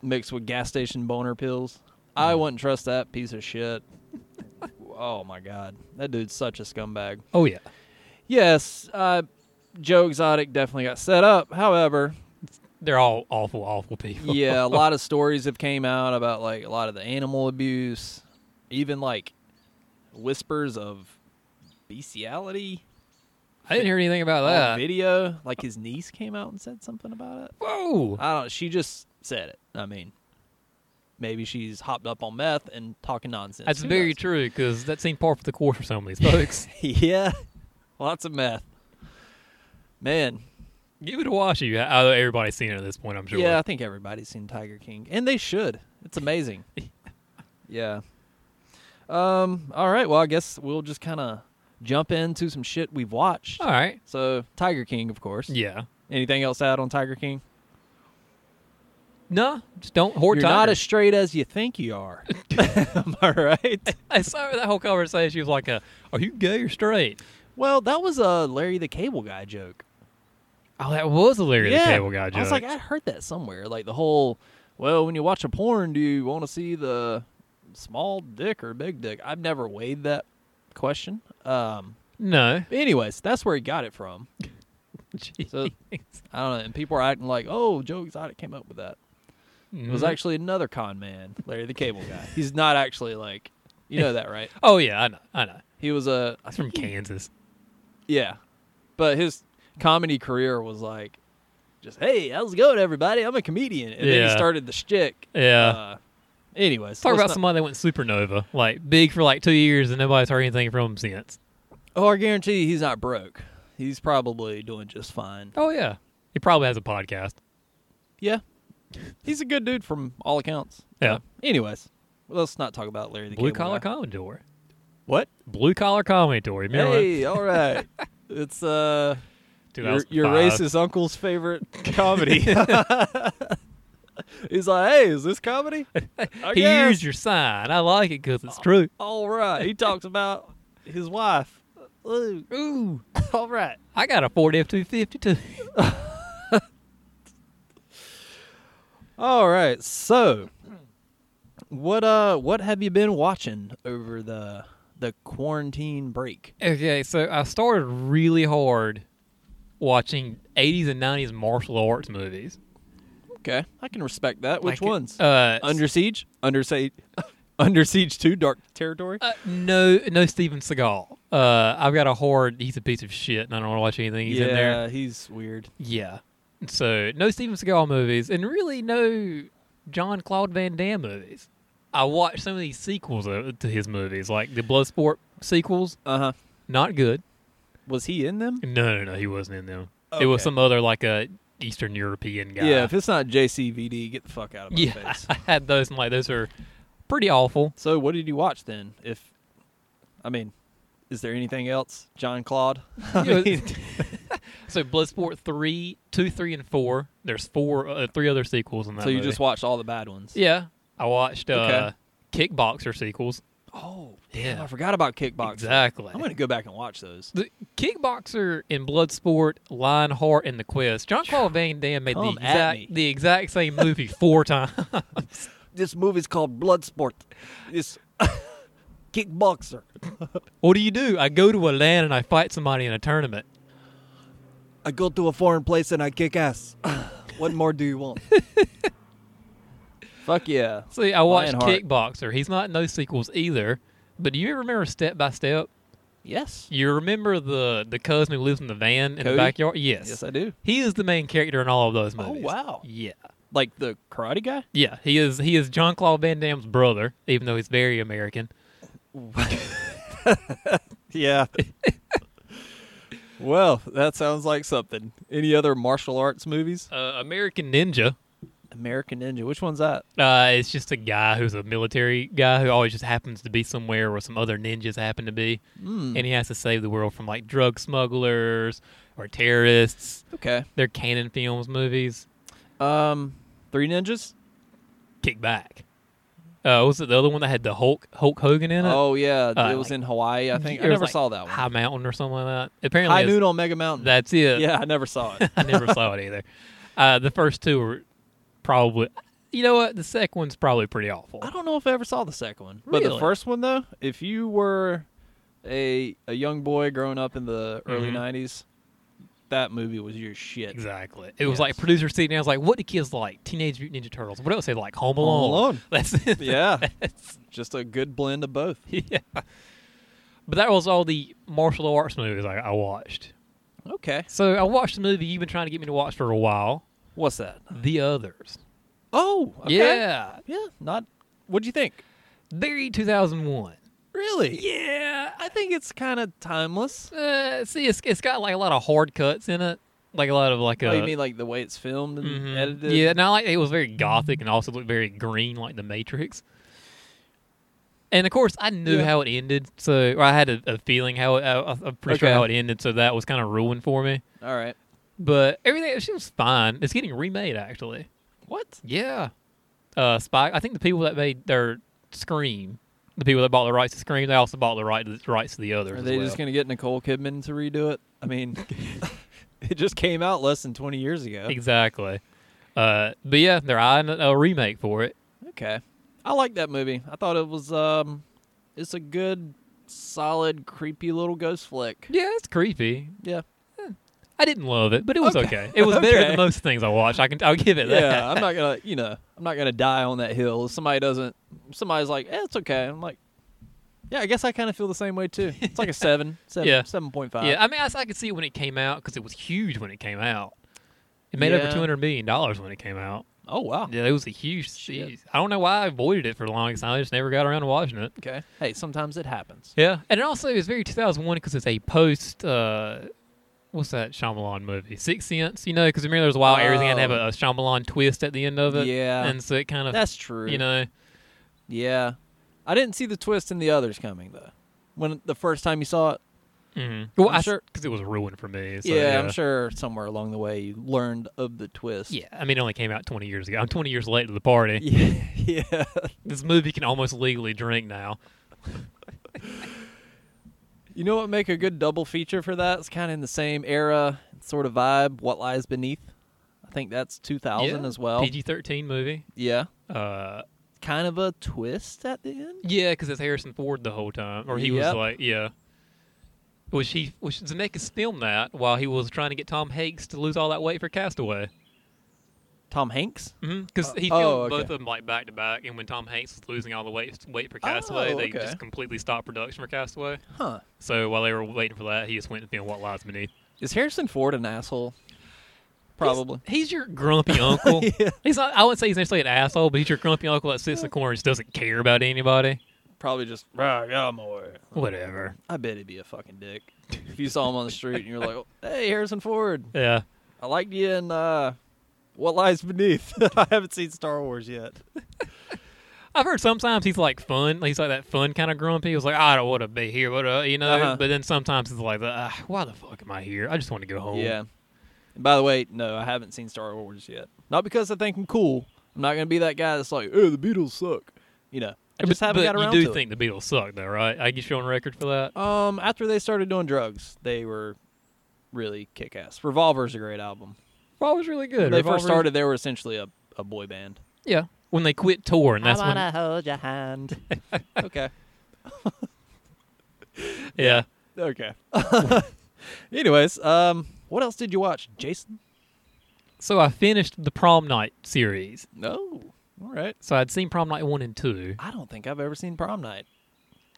[SPEAKER 6] mixed with gas station boner pills. I wouldn't trust that piece of shit. Oh my god, that dude's such a scumbag.
[SPEAKER 7] Oh yeah.
[SPEAKER 6] Yes, uh, Joe Exotic definitely got set up. However,
[SPEAKER 7] They're all awful, awful people. *laughs*
[SPEAKER 6] yeah, a lot of stories have came out about like a lot of the animal abuse, even like whispers of bestiality
[SPEAKER 7] I didn't hear anything about
[SPEAKER 6] on
[SPEAKER 7] that.
[SPEAKER 6] video. Like his niece came out and said something about it.
[SPEAKER 7] Whoa.
[SPEAKER 6] I don't. She just said it. I mean, maybe she's hopped up on meth and talking nonsense.
[SPEAKER 7] That's
[SPEAKER 6] Who
[SPEAKER 7] very
[SPEAKER 6] knows?
[SPEAKER 7] true because that seemed par for the course for some of these folks.
[SPEAKER 6] *laughs* yeah, lots of meth. Man,
[SPEAKER 7] Give it a watch. You, although everybody's seen it at this point, I'm sure.
[SPEAKER 6] Yeah, I think everybody's seen Tiger King, and they should. It's
[SPEAKER 7] *laughs*
[SPEAKER 6] amazing. yeah. Um. All right. Well, I guess we'll just kind of jump into some shit we've watched.
[SPEAKER 7] All right.
[SPEAKER 6] So Tiger King, of course.
[SPEAKER 7] Yeah.
[SPEAKER 6] Anything else to add on Tiger King?
[SPEAKER 7] No, just don't hoard
[SPEAKER 6] You're not as
[SPEAKER 7] tigers.
[SPEAKER 6] straight as you think you
[SPEAKER 7] *laughs*
[SPEAKER 6] are. *laughs* Am I right?
[SPEAKER 7] I saw that whole conversation. She was like, uh, "Are you gay or straight?"
[SPEAKER 6] Well, that was a Larry the Cable Guy joke.
[SPEAKER 7] Oh, that was a Larry
[SPEAKER 6] yeah.
[SPEAKER 7] the Cable Guy joke.
[SPEAKER 6] I was like, I heard that somewhere. Like the whole, well, when you watch a porn, do you want to see the small dick or big dick? I've never weighed that question. Um,
[SPEAKER 7] "No."
[SPEAKER 6] but anyways, that's where he got it from.
[SPEAKER 7] Jeez.
[SPEAKER 6] I don't know. And people are acting like, oh, Joe Exotic came up with that. It
[SPEAKER 7] Mm-hmm.
[SPEAKER 6] was actually another con man, Larry the Cable Guy. He's not actually like, you know that, right?
[SPEAKER 7] Oh yeah, I know. I know.
[SPEAKER 6] He was a
[SPEAKER 7] He's *laughs* from Kansas.
[SPEAKER 6] yeah, but his comedy career was like, just hey, how's it going, everybody? I'm a comedian, and then he
[SPEAKER 7] Yeah.
[SPEAKER 6] started the shtick.
[SPEAKER 7] Yeah.
[SPEAKER 6] Uh, anyways,
[SPEAKER 7] Talk
[SPEAKER 6] let's
[SPEAKER 7] about
[SPEAKER 6] not-
[SPEAKER 7] somebody that went supernova, like big for like two years, and nobody's heard anything from him since.
[SPEAKER 6] Oh, I guarantee he's not broke. He's probably doing just fine.
[SPEAKER 7] Oh yeah, he probably has a podcast.
[SPEAKER 6] Yeah, he's a good dude from all accounts.
[SPEAKER 7] Yeah.
[SPEAKER 6] Uh, anyways, let's not talk about Larry the
[SPEAKER 7] Blue
[SPEAKER 6] Cable
[SPEAKER 7] collar
[SPEAKER 6] Guy.
[SPEAKER 7] comedy tour.
[SPEAKER 6] What?
[SPEAKER 7] Blue collar comedy tour. Remember when-
[SPEAKER 6] Hey, all right. It's uh your,
[SPEAKER 7] 2005.
[SPEAKER 6] your racist uncle's
[SPEAKER 7] *laughs*
[SPEAKER 6] favorite comedy. He's like, hey, is this comedy? I
[SPEAKER 7] He
[SPEAKER 6] guess.
[SPEAKER 7] used your sign. I like it because it's true.
[SPEAKER 6] all right. He talks about his wife. Ooh, ooh. *laughs* all right.
[SPEAKER 7] I got a Ford F two fifty two.
[SPEAKER 6] All right. So, what uh, what have you been watching over the the quarantine break?
[SPEAKER 7] Okay, so I started really hard watching eighties and nineties martial arts movies.
[SPEAKER 6] Okay, I can respect that. Which
[SPEAKER 7] Like,
[SPEAKER 6] ones?
[SPEAKER 7] Uh,
[SPEAKER 6] Under siege. Under siege. *laughs* Under siege. Two dark territory.
[SPEAKER 7] Uh, no, no, Steven Seagal. Uh, I've got a horde. He's a piece of shit, and I don't want to watch anything he's
[SPEAKER 6] yeah,
[SPEAKER 7] in there.
[SPEAKER 6] he's weird.
[SPEAKER 7] Yeah. So no Steven Seagal movies, and really no John Claude Van Damme movies. I watched some of these sequels of- to his movies, like the Bloodsport sequels.
[SPEAKER 6] Uh huh.
[SPEAKER 7] Not good.
[SPEAKER 6] Was he in them?
[SPEAKER 7] No, no, no. He wasn't in them. It was
[SPEAKER 6] Okay.
[SPEAKER 7] some other like a Eastern European guy.
[SPEAKER 6] Yeah. If it's not JCVD, get the fuck out of my *laughs*
[SPEAKER 7] yeah.
[SPEAKER 6] face.
[SPEAKER 7] *laughs* I had those, and like those are pretty *laughs* awful.
[SPEAKER 6] So, what did you watch then? If, I mean, is there anything else, John Claude?
[SPEAKER 7] You know, *laughs* so Bloodsport three, two, three, and four. There's four, uh, three other sequels in that.
[SPEAKER 6] so you
[SPEAKER 7] movie.
[SPEAKER 6] just watched all the bad ones.
[SPEAKER 7] Yeah, I watched uh,
[SPEAKER 6] Okay.
[SPEAKER 7] Kickboxer sequels.
[SPEAKER 6] Oh,
[SPEAKER 7] Yeah.
[SPEAKER 6] I forgot about kickboxing.
[SPEAKER 7] Exactly.
[SPEAKER 6] I'm gonna go back and watch those.
[SPEAKER 7] The Kickboxer in Bloodsport, Lionheart, and The Quest. John Claude Van Damme made the
[SPEAKER 6] Come at me.
[SPEAKER 7] exact, the exact same movie four *laughs* times.
[SPEAKER 6] This movie's called Bloodsport. *laughs* This kickboxer.
[SPEAKER 7] what do you do? I go to a land and I fight somebody in a tournament.
[SPEAKER 6] I go to a foreign place and I kick *sighs* ass. what more do you want? Fuck yeah.
[SPEAKER 7] See, I watched
[SPEAKER 6] Lionheart.
[SPEAKER 7] Kickboxer. He's not in those sequels either. But do you remember Step by Step?
[SPEAKER 6] Yes.
[SPEAKER 7] You remember the the cousin who lives in the van in
[SPEAKER 6] Cody?
[SPEAKER 7] the backyard? Yes.
[SPEAKER 6] Yes, I do.
[SPEAKER 7] He is the main character in all of those
[SPEAKER 6] Oh,
[SPEAKER 7] movies.
[SPEAKER 6] wow.
[SPEAKER 7] Yeah.
[SPEAKER 6] Like the karate guy?
[SPEAKER 7] Yeah, he is he is John Claude Van Damme's brother, even though he's very American.
[SPEAKER 6] *laughs* Yeah. well, that sounds like something. Any other martial arts movies?
[SPEAKER 7] Uh, American Ninja.
[SPEAKER 6] American Ninja. Which one's that?
[SPEAKER 7] Uh, it's just a guy who's a military guy who always just happens to be somewhere where some other ninjas happen to be,
[SPEAKER 6] Hmm.
[SPEAKER 7] and he has to save the world from like drug smugglers or terrorists.
[SPEAKER 6] Okay.
[SPEAKER 7] They're canon films, movies.
[SPEAKER 6] Um, Three Ninjas.
[SPEAKER 7] Kick back. Uh, what was it the other one that had the Hulk Hulk Hogan in it?
[SPEAKER 6] Oh yeah,
[SPEAKER 7] Uh,
[SPEAKER 6] it was
[SPEAKER 7] like-
[SPEAKER 6] in Hawaii. I think
[SPEAKER 7] It
[SPEAKER 6] I
[SPEAKER 7] was,
[SPEAKER 6] never
[SPEAKER 7] like,
[SPEAKER 6] saw that one.
[SPEAKER 7] High Mountain or something like that. Apparently,
[SPEAKER 6] High
[SPEAKER 7] it's-
[SPEAKER 6] Noon on Mega Mountain.
[SPEAKER 7] That's it.
[SPEAKER 6] yeah, I never saw it.
[SPEAKER 7] I never saw it either. Uh, the first two were probably. You know what? The second one's probably pretty awful.
[SPEAKER 6] *laughs* I don't know if I ever saw the second one, but the
[SPEAKER 7] Really?
[SPEAKER 6] first one though, if you were a a young boy growing up in the early
[SPEAKER 7] Mhm.
[SPEAKER 6] '90s, that movie was your shit.
[SPEAKER 7] Exactly. It was like producer sitting there. I was like, "What do kids like? Teenage Mutant Ninja Turtles. What else they like? Home Alone.
[SPEAKER 6] Home Alone.
[SPEAKER 7] *laughs* That's it.
[SPEAKER 6] Yeah,
[SPEAKER 7] That's-
[SPEAKER 6] just a good blend of both.
[SPEAKER 7] *laughs* yeah. But that was all the martial arts movies I, I watched.
[SPEAKER 6] Okay,
[SPEAKER 7] So I watched a movie you've been trying to get me to watch for a while,
[SPEAKER 6] what's that?
[SPEAKER 7] The Others.
[SPEAKER 6] Oh, okay.
[SPEAKER 7] Yeah.
[SPEAKER 6] yeah. Not. What'd you think?
[SPEAKER 7] Very 2001.
[SPEAKER 6] Really?
[SPEAKER 7] Yeah.
[SPEAKER 6] I think it's kind of timeless.
[SPEAKER 7] Uh, see, it's, it's got like a lot of hard cuts in it, like a lot of like
[SPEAKER 6] Oh,
[SPEAKER 7] uh,
[SPEAKER 6] you mean like the way it's filmed and
[SPEAKER 7] Mhm.
[SPEAKER 6] edited?
[SPEAKER 7] Yeah, no, like it was very gothic and also looked very green, like the Matrix. And of course, I knew
[SPEAKER 6] Yeah.
[SPEAKER 7] how it ended, so or I had a, a feeling how it, I, I'm pretty sure
[SPEAKER 6] Okay.
[SPEAKER 7] how it ended, so that was kind of ruined for me.
[SPEAKER 6] All right.
[SPEAKER 7] But everything she was fine. It's getting remade actually.
[SPEAKER 6] What?
[SPEAKER 7] Yeah, uh, Spy. I think the people that made their Scream, the people that bought the rights to Scream, they also bought the right to, rights to the others.
[SPEAKER 6] Are
[SPEAKER 7] as
[SPEAKER 6] they
[SPEAKER 7] well.
[SPEAKER 6] just going to get Nicole Kidman to redo it? I mean, *laughs* it just came out less than 20 years *laughs* ago.
[SPEAKER 7] exactly? Uh, but yeah, they're eyeing a remake for it.
[SPEAKER 6] Okay. I like that movie. I thought it was um it's a good solid creepy little ghost flick.
[SPEAKER 7] Yeah, it's creepy.
[SPEAKER 6] Yeah.
[SPEAKER 7] I didn't love it, but it was okay. It was better
[SPEAKER 6] Okay.
[SPEAKER 7] than most things I watched. I can I'll give it
[SPEAKER 6] *laughs*
[SPEAKER 7] that. *laughs*
[SPEAKER 6] yeah, I'm not gonna, you know, I'm not gonna die on that hill. If somebody doesn't, somebody's like, eh, it's okay. I'm like, yeah, I guess I kind of feel the same way too. It's
[SPEAKER 7] *laughs*
[SPEAKER 6] like a seven, seven,
[SPEAKER 7] Yeah.
[SPEAKER 6] seven point five.
[SPEAKER 7] *laughs* Yeah, I mean, I, I could see it when it came out because it was huge when it came out. It made over
[SPEAKER 6] Yeah.
[SPEAKER 7] two hundred million dollars when it came out.
[SPEAKER 6] Oh wow.
[SPEAKER 7] Yeah, it was a huge.
[SPEAKER 6] Shit.
[SPEAKER 7] jeez. I don't know why I avoided it for the longest time. I just never got around to watching it.
[SPEAKER 6] Okay. Hey, sometimes it happens.
[SPEAKER 7] Yeah, and it also it's very 2001 because it's a post. Uh, what's that Shyamalan movie? Sixth Sense. You know, because remember there was a while everything had to have
[SPEAKER 6] Oh.
[SPEAKER 7] a, a Shyamalan twist at the end of it.
[SPEAKER 6] Yeah.
[SPEAKER 7] and so it kind of
[SPEAKER 6] That's true.
[SPEAKER 7] you know.
[SPEAKER 6] Yeah. I didn't see the twist in the others coming though. When the first time you saw it,
[SPEAKER 7] mhm. Well,
[SPEAKER 6] I'm
[SPEAKER 7] I
[SPEAKER 6] sure-
[SPEAKER 7] because it was ruined for me. So,
[SPEAKER 6] yeah, I'm sure somewhere along the way you learned of the twist.
[SPEAKER 7] Yeah, I mean, it only came out 20 years ago. I'm 20 years late to the party.
[SPEAKER 6] Yeah. *laughs* yeah.
[SPEAKER 7] This movie can almost legally drink now.
[SPEAKER 6] You know what make a good double feature for that? It's kind of in the same era, sort of vibe. What lies beneath? I think that's 2000
[SPEAKER 7] Yeah.
[SPEAKER 6] as well.
[SPEAKER 7] PG-13 movie.
[SPEAKER 6] yeah.
[SPEAKER 7] Uh,
[SPEAKER 6] Kind of a twist at the end.
[SPEAKER 7] yeah, because it's Harrison Ford the whole time, or he
[SPEAKER 6] Yep.
[SPEAKER 7] was like, yeah. Which he, which Zemeckis filmed that while he was trying to get Tom Hanks to lose all that weight for Castaway,
[SPEAKER 6] Tom Hanks.
[SPEAKER 7] because
[SPEAKER 6] Uh,
[SPEAKER 7] he
[SPEAKER 6] oh,
[SPEAKER 7] filmed
[SPEAKER 6] okay.
[SPEAKER 7] both of them like back to back. And when Tom Hanks was losing all the weight weight for Castaway,
[SPEAKER 6] Oh,
[SPEAKER 7] they
[SPEAKER 6] okay.
[SPEAKER 7] just completely stopped production for Castaway.
[SPEAKER 6] Huh.
[SPEAKER 7] So while they were waiting for that, he just went and filmed What Lies Beneath.
[SPEAKER 6] Is Harrison Ford an asshole? Probably.
[SPEAKER 7] He's, he's your grumpy
[SPEAKER 6] *laughs*
[SPEAKER 7] uncle. He's not, I wouldn't say he's necessarily an asshole, but he's your grumpy uncle that sits in the corner and just doesn't care about anybody.
[SPEAKER 6] Probably just. "Rah, get out of my way."
[SPEAKER 7] Whatever.
[SPEAKER 6] I bet he'd be a fucking dick. if you saw him on the street and you're like, "Oh, "Hey, Harrison Ford,
[SPEAKER 7] Yeah.
[SPEAKER 6] I liked you in uh, What Lies Beneath." *laughs* I haven't seen Star Wars yet.
[SPEAKER 7] I've heard sometimes he's like fun. He's like that fun kind of grumpy. He was like, I don't want to be here, what uh, you know?
[SPEAKER 6] Uh-huh.
[SPEAKER 7] But then sometimes it's like, uh, why the fuck am I here? I just want to go home.
[SPEAKER 6] Yeah. And by the way, no, I haven't seen Star Wars yet. Not because I think I'm cool. I'm not gonna be that guy that's like, "Oh, the Beatles suck." You know, I
[SPEAKER 7] But,
[SPEAKER 6] just haven't
[SPEAKER 7] but
[SPEAKER 6] got around
[SPEAKER 7] you do
[SPEAKER 6] to
[SPEAKER 7] think the Beatles suck, though, right? I get you on record for that.
[SPEAKER 6] it. Um, after they started doing drugs, they were really kick ass. Revolver's a great album.
[SPEAKER 7] Revolver's really good.
[SPEAKER 6] When they first started, they were essentially a, a boy band.
[SPEAKER 7] Yeah. When they quit touring, that's when.
[SPEAKER 6] hold your hand. *laughs* okay.
[SPEAKER 7] Yeah.
[SPEAKER 6] Okay. *laughs* Anyways, um, what else did you watch, Jason?
[SPEAKER 7] So I finished the prom night series.
[SPEAKER 6] No. All right.
[SPEAKER 7] So I'd seen prom night one and two.
[SPEAKER 6] I don't think I've ever seen Prom Night.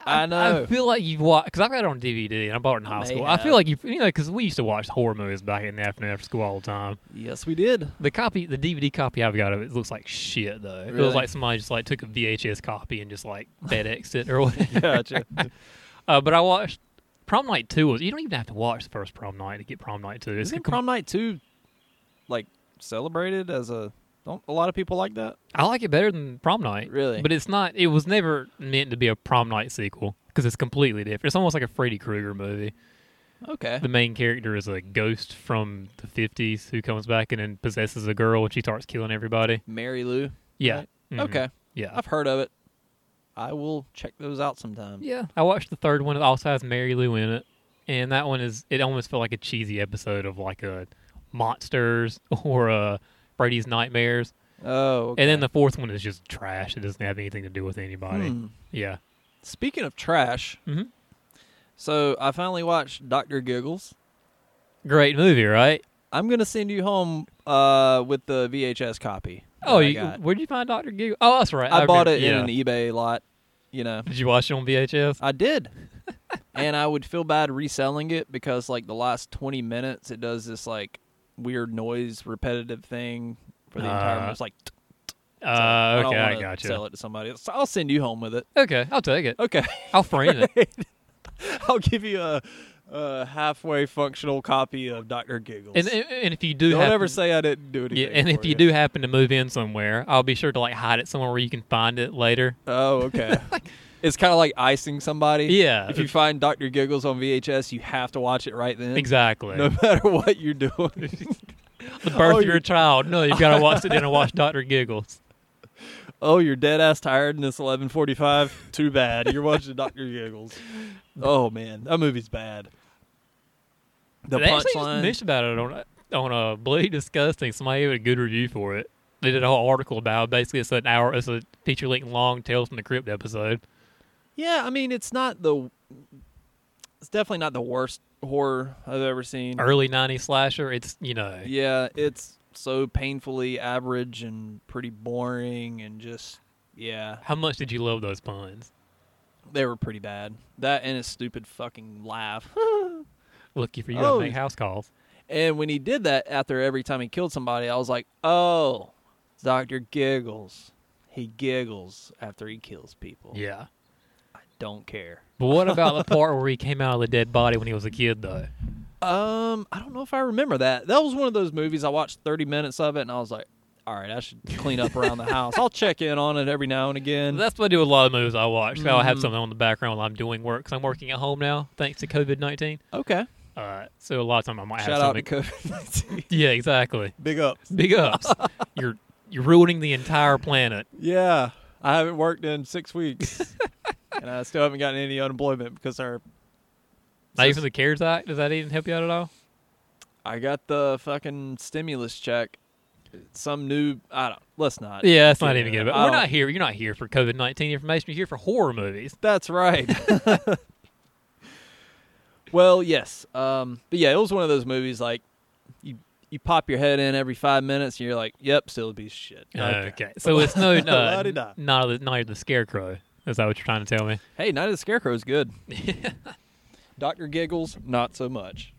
[SPEAKER 6] I know.
[SPEAKER 7] I feel like you've watched because I've got it on DVD and I bought it in
[SPEAKER 6] I
[SPEAKER 7] high
[SPEAKER 6] may
[SPEAKER 7] school. I
[SPEAKER 6] have.
[SPEAKER 7] feel like you, you know, because we used to watch horror movies back in the afternoon after school all the time.
[SPEAKER 6] yes, we did.
[SPEAKER 7] The copy, the DVD copy I've got of it looks like shit though. It
[SPEAKER 6] Really?
[SPEAKER 7] was like somebody just like took a VHS copy and just like FedExed it or *laughs*
[SPEAKER 6] *laughs*
[SPEAKER 7] whatever.
[SPEAKER 6] Gotcha.
[SPEAKER 7] Uh, but I watched Prom Night Two. Was you don't even have to watch the first Prom Night to get Prom Night Two. It's a
[SPEAKER 6] Isn't
[SPEAKER 7] com-
[SPEAKER 6] prom night too, like celebrated as a? Don't a lot of people like that?
[SPEAKER 7] I like it better than Prom Night.
[SPEAKER 6] Really?
[SPEAKER 7] But it's not. It was never meant to be a Prom Night sequel because it's completely different. It's almost like a Freddy Krueger movie.
[SPEAKER 6] Okay.
[SPEAKER 7] the main character is a ghost from the 50s who comes back and then possesses a girl and she starts killing everybody.
[SPEAKER 6] Mary Lou.
[SPEAKER 7] Yeah.
[SPEAKER 6] right?
[SPEAKER 7] Mhm.
[SPEAKER 6] Okay.
[SPEAKER 7] Yeah.
[SPEAKER 6] I've heard of it. I will check those out sometime.
[SPEAKER 7] yeah. I watched the third one. It also has Mary Lou in it. And that one is, it almost felt like a cheesy episode of like a Monsters *laughs* or a Brady's Nightmares.
[SPEAKER 6] Oh.
[SPEAKER 7] And then the fourth one is just trash. It doesn't have anything to do with anybody.
[SPEAKER 6] Hmm.
[SPEAKER 7] Yeah.
[SPEAKER 6] speaking of trash,
[SPEAKER 7] Mhm.
[SPEAKER 6] so I finally watched Doctor Giggles.
[SPEAKER 7] Great movie, right?
[SPEAKER 6] I'm gonna send you home uh, with the VHS copy. that
[SPEAKER 7] Oh,
[SPEAKER 6] I
[SPEAKER 7] you,
[SPEAKER 6] got.
[SPEAKER 7] where'd you find Dr. Giggle? Oh, that's right.
[SPEAKER 6] I, bought it
[SPEAKER 7] remember- yeah.
[SPEAKER 6] in an e- eBay lot. You know,
[SPEAKER 7] Did you watch it on VHS?
[SPEAKER 6] I did. and I would feel bad reselling it because like the last 20 minutes it does this like weird noise repetitive thing for the entire
[SPEAKER 7] Uh,
[SPEAKER 6] it's like "Tsk, tsk."
[SPEAKER 7] Uh,
[SPEAKER 6] don't
[SPEAKER 7] okay, I
[SPEAKER 6] wanna
[SPEAKER 7] gotcha.
[SPEAKER 6] Sell it to somebody. So I'll send you home with it.
[SPEAKER 7] Okay, I'll take it.
[SPEAKER 6] Okay. *laughs*
[SPEAKER 7] I'll frame it.
[SPEAKER 6] I'll give you a, a halfway functional copy of Dr. Giggles.
[SPEAKER 7] And, and, and if you do
[SPEAKER 6] don't
[SPEAKER 7] happen,
[SPEAKER 6] ever say I didn't do anything.
[SPEAKER 7] yeah, and if
[SPEAKER 6] for
[SPEAKER 7] you, do happen to move in somewhere, I'll be sure to like hide it somewhere where you can find it later.
[SPEAKER 6] Oh,
[SPEAKER 7] *laughs*
[SPEAKER 6] okay. it's kind of like icing somebody.
[SPEAKER 7] Yeah.
[SPEAKER 6] If you find Dr. Giggles on VHS, you have to watch it right then.
[SPEAKER 7] Exactly.
[SPEAKER 6] No *laughs* matter what you're doing.
[SPEAKER 7] the birth
[SPEAKER 6] Oh,
[SPEAKER 7] of your
[SPEAKER 6] you-
[SPEAKER 7] child. No, you've got to watch it then
[SPEAKER 6] *laughs*
[SPEAKER 7] and watch Doctor Giggles.
[SPEAKER 6] Oh, you're dead ass tired and it's eleven forty five. Too bad. You're watching Doctor Giggles. Oh man, that movie's bad. The
[SPEAKER 7] they actually just
[SPEAKER 6] punchline.
[SPEAKER 7] mentioned about it on on a Bloody Disgusting. Somebody gave it a good review for it. They did a whole article about it. basically it's an hour, it's a feature length long Tales from the Crypt episode.
[SPEAKER 6] Yeah, I mean it's not the It's definitely not the worst horror I've ever seen.
[SPEAKER 7] Early 90s slasher, it's, you know,
[SPEAKER 6] Yeah, it's so painfully average and pretty boring and just yeah,
[SPEAKER 7] how much did you love those puns?
[SPEAKER 6] they were pretty bad. That and his stupid fucking laugh. *laughs*
[SPEAKER 7] Lucky for you,
[SPEAKER 6] Oh.
[SPEAKER 7] I make house calls.
[SPEAKER 6] and when he did that after every time he killed somebody, I was like, "Oh, Dr. Giggles. He giggles after he kills people."
[SPEAKER 7] Yeah.
[SPEAKER 6] I don't care.
[SPEAKER 7] But what about
[SPEAKER 6] *laughs*
[SPEAKER 7] the part where he came out of the dead body when he was a kid, though?
[SPEAKER 6] Um, I don't know if I remember that. That was one of those movies I watched 30 minutes of it and I was like, all right, I should clean up around the house. I'll check in on it every now and Mm. again.
[SPEAKER 7] That's what I do with a lot of movies I watch. So I'll have something on the background while I'm doing work 'cause I'm working at home now, thanks to COVID 19.
[SPEAKER 6] okay.
[SPEAKER 7] Uh, so a lot of time I might have
[SPEAKER 6] Shout out to
[SPEAKER 7] something.
[SPEAKER 6] COVID.
[SPEAKER 7] yeah, exactly.
[SPEAKER 6] *laughs* Big up.
[SPEAKER 7] Big *laughs* ups. you're you're ruining the entire planet.
[SPEAKER 6] Yeah. I haven't worked in six weeks *laughs* and I still haven't gotten any unemployment because our,
[SPEAKER 7] Not even the CARES Act. Does that even help you out at all?
[SPEAKER 6] I got the fucking stimulus check. Some new, I don't, let's not.
[SPEAKER 7] Yeah, it's not
[SPEAKER 6] get
[SPEAKER 7] even
[SPEAKER 6] into
[SPEAKER 7] good.
[SPEAKER 6] that.
[SPEAKER 7] But
[SPEAKER 6] I
[SPEAKER 7] we're
[SPEAKER 6] don't-
[SPEAKER 7] not here. You're not here for COVID nineteen information. You're here for horror movies.
[SPEAKER 6] That's right. *laughs* well, yes. Um, but yeah, it was one of those movies like you you pop your head in every five minutes and you're like, yep, still a piece of shit.
[SPEAKER 7] Okay. So it's *laughs* no uh,
[SPEAKER 6] La-di-da.
[SPEAKER 7] not of the, not of the scarecrow. Is that what you're trying to tell me?
[SPEAKER 6] Hey, Night of the Scarecrow is
[SPEAKER 7] *laughs*
[SPEAKER 6] good. Doctor Giggles, not so much.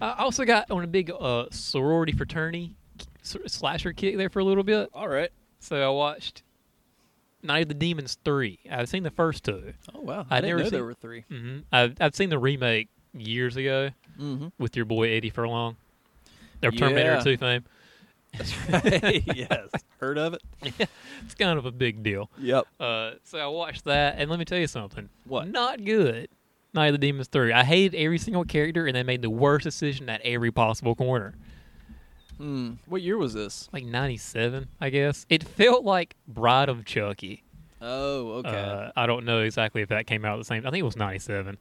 [SPEAKER 7] I also got on a big uh, sorority fraternity sor- slasher kick there for a little bit.
[SPEAKER 6] All right.
[SPEAKER 7] So I watched Night of the Demons three. I've seen the first two.
[SPEAKER 6] Oh wow,
[SPEAKER 7] I
[SPEAKER 6] I, didn't
[SPEAKER 7] never
[SPEAKER 6] know
[SPEAKER 7] seen-
[SPEAKER 6] there were 3
[SPEAKER 7] Mm-hmm. I've I've seen the remake years ago
[SPEAKER 6] Mm-hmm.
[SPEAKER 7] with your boy Eddie Furlong, their Terminator
[SPEAKER 6] Yeah.
[SPEAKER 7] two fame. *laughs*
[SPEAKER 6] yes, heard of it?
[SPEAKER 7] It's kind of a big deal.
[SPEAKER 6] Yep.
[SPEAKER 7] Uh, so I watched that, and let me tell you something.
[SPEAKER 6] What?
[SPEAKER 7] Not good. Night of the Demons 3. I hated every single character, and they made the worst decision at every possible corner.
[SPEAKER 6] Hmm. What year was this?
[SPEAKER 7] Like 97, I guess. It felt like Bride of Chucky.
[SPEAKER 6] Oh, okay.
[SPEAKER 7] Uh, I don't know exactly if that came out the same. I think it was 97.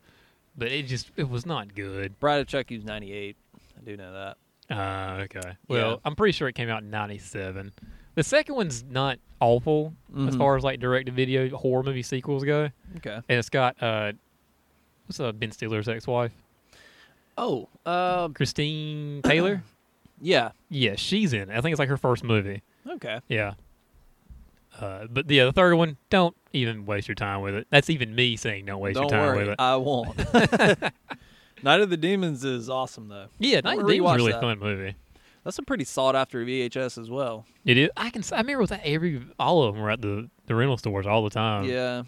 [SPEAKER 7] But it just, it was not good.
[SPEAKER 6] Bride of Chucky was '98. I do know that.
[SPEAKER 7] Uh, okay. Well, I'm pretty sure it came out in 97. The second one's not awful as
[SPEAKER 6] Mhm.
[SPEAKER 7] far as like direct to video horror movie sequels go.
[SPEAKER 6] Okay.
[SPEAKER 7] And it's got, uh, what's uh, Ben Stiller's ex wife?
[SPEAKER 6] Oh, uh, *clears throat*
[SPEAKER 7] Christine Taylor.
[SPEAKER 6] yeah.
[SPEAKER 7] yeah, she's in. it. I think it's like her first movie.
[SPEAKER 6] Okay.
[SPEAKER 7] Yeah. Uh, but yeah, the third one, don't even waste your time with it. That's even me saying don't waste your
[SPEAKER 6] Don't
[SPEAKER 7] time
[SPEAKER 6] worry,
[SPEAKER 7] with it.
[SPEAKER 6] I won't. *laughs* Night of the Demons is awesome though.
[SPEAKER 7] yeah,
[SPEAKER 6] I'll
[SPEAKER 7] Night of the Demon's
[SPEAKER 6] rewatch
[SPEAKER 7] a really
[SPEAKER 6] that.
[SPEAKER 7] fun movie.
[SPEAKER 6] That's a pretty sought after VHS as well.
[SPEAKER 7] It is. I can. s- I remember with that every all of them were at the, the rental stores all the time.
[SPEAKER 6] yeah.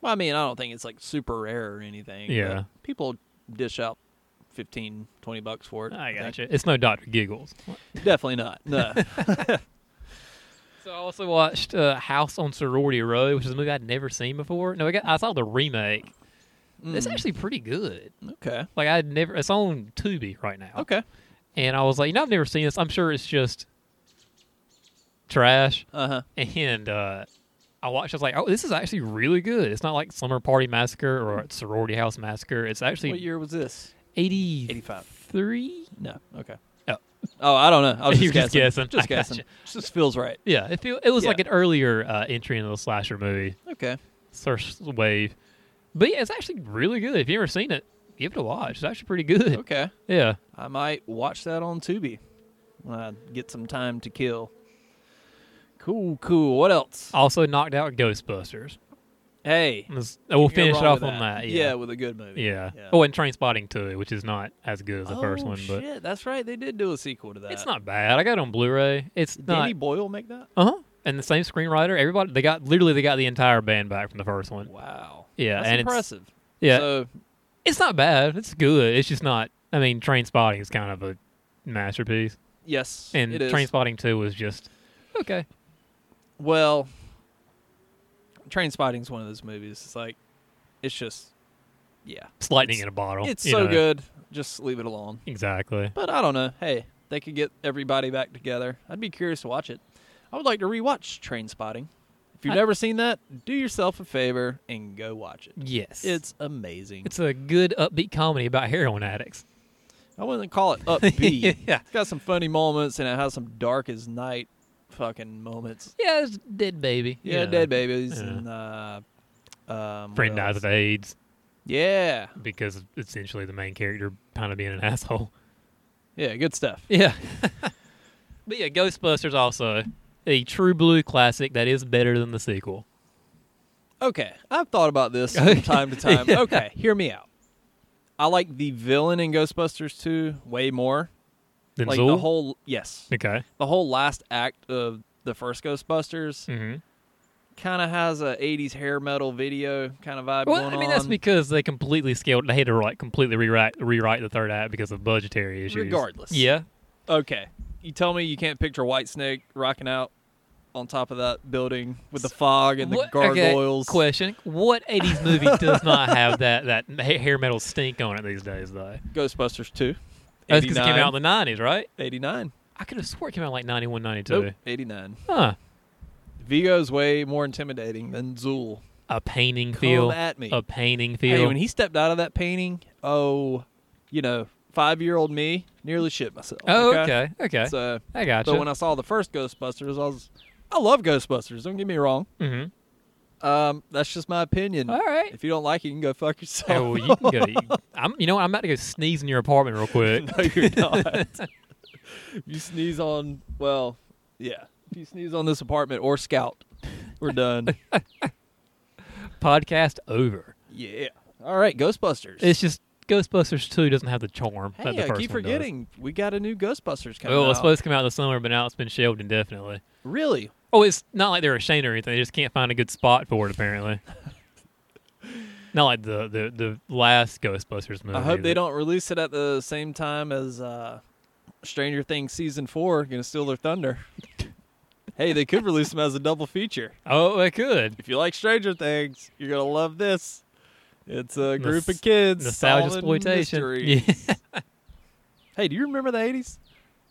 [SPEAKER 6] Well, I mean, I don't think it's like super rare or anything. but
[SPEAKER 7] Yeah.
[SPEAKER 6] People dish out 15, 20 bucks for it.
[SPEAKER 7] I
[SPEAKER 6] think.
[SPEAKER 7] gotcha. It's no Doctor Giggles.
[SPEAKER 6] *laughs* Definitely not. *laughs* No.
[SPEAKER 7] So I also watched uh, House on Sorority Row, which is a movie I'd never seen before. No, I got I saw the remake. It's
[SPEAKER 6] Mm.
[SPEAKER 7] actually pretty good.
[SPEAKER 6] okay.
[SPEAKER 7] Like I'd never. It's on Tubi right now.
[SPEAKER 6] Okay.
[SPEAKER 7] and I was like, you know, I've never seen this. I'm sure it's just trash.
[SPEAKER 6] Uh huh.
[SPEAKER 7] And uh, I watched. I was like, oh, this is actually really good. It's not like Summer Party Massacre or Sorority House Massacre. It's
[SPEAKER 6] What
[SPEAKER 7] actually
[SPEAKER 6] year was this?
[SPEAKER 7] 83.
[SPEAKER 6] 85. No. Okay.
[SPEAKER 7] Oh.
[SPEAKER 6] Oh, I don't
[SPEAKER 7] *laughs*
[SPEAKER 6] know. I was
[SPEAKER 7] You
[SPEAKER 6] just
[SPEAKER 7] were just
[SPEAKER 6] guessing.
[SPEAKER 7] guessing. I
[SPEAKER 6] Just guessing.
[SPEAKER 7] gotcha.
[SPEAKER 6] Just feels right.
[SPEAKER 7] Yeah, it feel, it was
[SPEAKER 6] Yeah.
[SPEAKER 7] like an earlier uh, entry into the slasher movie,
[SPEAKER 6] Okay.
[SPEAKER 7] First Wave. But yeah, it's actually really good. If you ever seen it, give it a watch. It's actually pretty good.
[SPEAKER 6] Okay.
[SPEAKER 7] Yeah.
[SPEAKER 6] I might watch that on Tubi when I get some time to kill. Cool, cool. What else?
[SPEAKER 7] Also knocked out Ghostbusters.
[SPEAKER 6] Hey,
[SPEAKER 7] Let's- Oh, uh, We'll
[SPEAKER 6] can't go
[SPEAKER 7] finish
[SPEAKER 6] wrong
[SPEAKER 7] off
[SPEAKER 6] with
[SPEAKER 7] on that.
[SPEAKER 6] Yeah.
[SPEAKER 7] Yeah.
[SPEAKER 6] with a good movie.
[SPEAKER 7] Yeah.
[SPEAKER 6] yeah.
[SPEAKER 7] Oh, and Train Spotting too, which is not as good as the
[SPEAKER 6] Oh,
[SPEAKER 7] first one, but
[SPEAKER 6] shit, that's right. They did do a sequel to that.
[SPEAKER 7] it's not bad. I got it on Blu-ray. It's
[SPEAKER 6] Did
[SPEAKER 7] not.
[SPEAKER 6] Danny Boyle make that?
[SPEAKER 7] Uh huh. And the same screenwriter. Everybody. They got literally. They got the entire band back from the first one.
[SPEAKER 6] Wow.
[SPEAKER 7] Yeah,
[SPEAKER 6] that's
[SPEAKER 7] and it's-
[SPEAKER 6] impressive.
[SPEAKER 7] Yeah.
[SPEAKER 6] So
[SPEAKER 7] it's not bad. It's good. It's just not. I mean, Train Spotting is kind of a masterpiece,
[SPEAKER 6] yes,
[SPEAKER 7] and
[SPEAKER 6] it is.
[SPEAKER 7] Train Spotting Two was just okay.
[SPEAKER 6] well, Train Spotting's one of those movies. It's like, it's just, yeah,
[SPEAKER 7] It's lightning
[SPEAKER 6] It's-
[SPEAKER 7] in a bottle.
[SPEAKER 6] it's
[SPEAKER 7] you
[SPEAKER 6] so
[SPEAKER 7] know.
[SPEAKER 6] good. Just leave it alone.
[SPEAKER 7] Exactly.
[SPEAKER 6] But I don't know. Hey, they could get everybody back together. I'd be curious to watch it. I would like to rewatch Train Spotting. If you've
[SPEAKER 7] I-
[SPEAKER 6] never seen that, do yourself a favor and go watch it.
[SPEAKER 7] Yes.
[SPEAKER 6] It's amazing.
[SPEAKER 7] it's a good upbeat comedy about heroin addicts.
[SPEAKER 6] I wouldn't call it
[SPEAKER 7] *laughs*
[SPEAKER 6] upbeat.
[SPEAKER 7] Yeah.
[SPEAKER 6] It's got some funny moments and it has some dark as night fucking moments.
[SPEAKER 7] Yeah, it's Dead Baby.
[SPEAKER 6] Yeah,
[SPEAKER 7] you know.
[SPEAKER 6] dead babies
[SPEAKER 7] Yeah.
[SPEAKER 6] and uh um what
[SPEAKER 7] Friend dies
[SPEAKER 6] else?
[SPEAKER 7] of AIDS.
[SPEAKER 6] Yeah.
[SPEAKER 7] because essentially the main character kind of being an asshole.
[SPEAKER 6] *laughs* Yeah, good stuff.
[SPEAKER 7] Yeah. *laughs* but yeah, Ghostbusters also a true blue classic that is better than the sequel.
[SPEAKER 6] Okay, I've thought about this
[SPEAKER 7] *laughs*
[SPEAKER 6] from time to time. Okay, hear me out. I like the villain in Ghostbusters 2 way more.
[SPEAKER 7] Than
[SPEAKER 6] like
[SPEAKER 7] Zool?
[SPEAKER 6] the whole yes,
[SPEAKER 7] okay.
[SPEAKER 6] the whole last act of the first Ghostbusters
[SPEAKER 7] Mm-hmm.
[SPEAKER 6] kind of has a '80s hair metal video kind of vibe
[SPEAKER 7] Well,
[SPEAKER 6] going
[SPEAKER 7] I mean that's
[SPEAKER 6] on.
[SPEAKER 7] because they completely scaled. They had to like completely rewrite rewrite the third act because of budgetary issues.
[SPEAKER 6] Regardless.
[SPEAKER 7] Yeah.
[SPEAKER 6] okay, you tell me you can't picture White Snake rocking out on top of that building with the fog and the
[SPEAKER 7] What- okay,
[SPEAKER 6] gargoyles.
[SPEAKER 7] question: What '80s movie does not have that that *laughs* ha- hair metal stink on it these days
[SPEAKER 6] *laughs*
[SPEAKER 7] though?
[SPEAKER 6] Ghostbusters 2,
[SPEAKER 7] That's because it came
[SPEAKER 6] 89.
[SPEAKER 7] out in the '90s, right?
[SPEAKER 6] 89,
[SPEAKER 7] I could have swore it came out like 91, 92.
[SPEAKER 6] nope, 89.
[SPEAKER 7] Huh.
[SPEAKER 6] Vigo's way more intimidating than Zool.
[SPEAKER 7] A painting feel.
[SPEAKER 6] at me.
[SPEAKER 7] A painting feel.
[SPEAKER 6] Hey, when he stepped out of that painting, oh, you know, five-year-old me nearly shit myself.
[SPEAKER 7] oh, okay. Okay.
[SPEAKER 6] So,
[SPEAKER 7] I gotcha.
[SPEAKER 6] but when I saw the first Ghostbusters, I was, I love Ghostbusters. Don't get me wrong. *laughs*
[SPEAKER 7] mm-hmm.
[SPEAKER 6] Um, that's just my opinion.
[SPEAKER 7] All right.
[SPEAKER 6] If you don't like it, you can go fuck yourself.
[SPEAKER 7] Hey, well, you can go. you- *laughs* I'm, you know what? I'm about to go sneeze in your apartment
[SPEAKER 6] *laughs*
[SPEAKER 7] real quick.
[SPEAKER 6] no, you're not. you sneeze on, well, yeah. If you sneeze on this apartment or Scout, we're done.
[SPEAKER 7] *laughs* Podcast over.
[SPEAKER 6] yeah. All right, Ghostbusters.
[SPEAKER 7] It's just Ghostbusters 2 doesn't have the charm that
[SPEAKER 6] hey,
[SPEAKER 7] the
[SPEAKER 6] I
[SPEAKER 7] first
[SPEAKER 6] keep
[SPEAKER 7] one Oh, does.
[SPEAKER 6] forgetting we got a new Ghostbusters coming
[SPEAKER 7] well,
[SPEAKER 6] out.
[SPEAKER 7] it's supposed to come out this summer, but now it's been shelved indefinitely.
[SPEAKER 6] really?
[SPEAKER 7] Oh, it's not like they're ashamed or anything. They just can't find a good spot for it, apparently. *laughs* not like the, the, the last Ghostbusters movie.
[SPEAKER 6] I hope they
[SPEAKER 7] that-
[SPEAKER 6] don't release it at the same time as uh, Stranger Things season four. Gonna steal their thunder. *laughs* hey, they could release them as a double feature.
[SPEAKER 7] Oh, they could.
[SPEAKER 6] If you like Stranger Things, you're gonna love this. It's a group
[SPEAKER 7] Nos-
[SPEAKER 6] of kids
[SPEAKER 7] Nostalgia
[SPEAKER 6] solving
[SPEAKER 7] exploitation.
[SPEAKER 6] mysteries.
[SPEAKER 7] Yeah.
[SPEAKER 6] Hey, do you remember the '80s?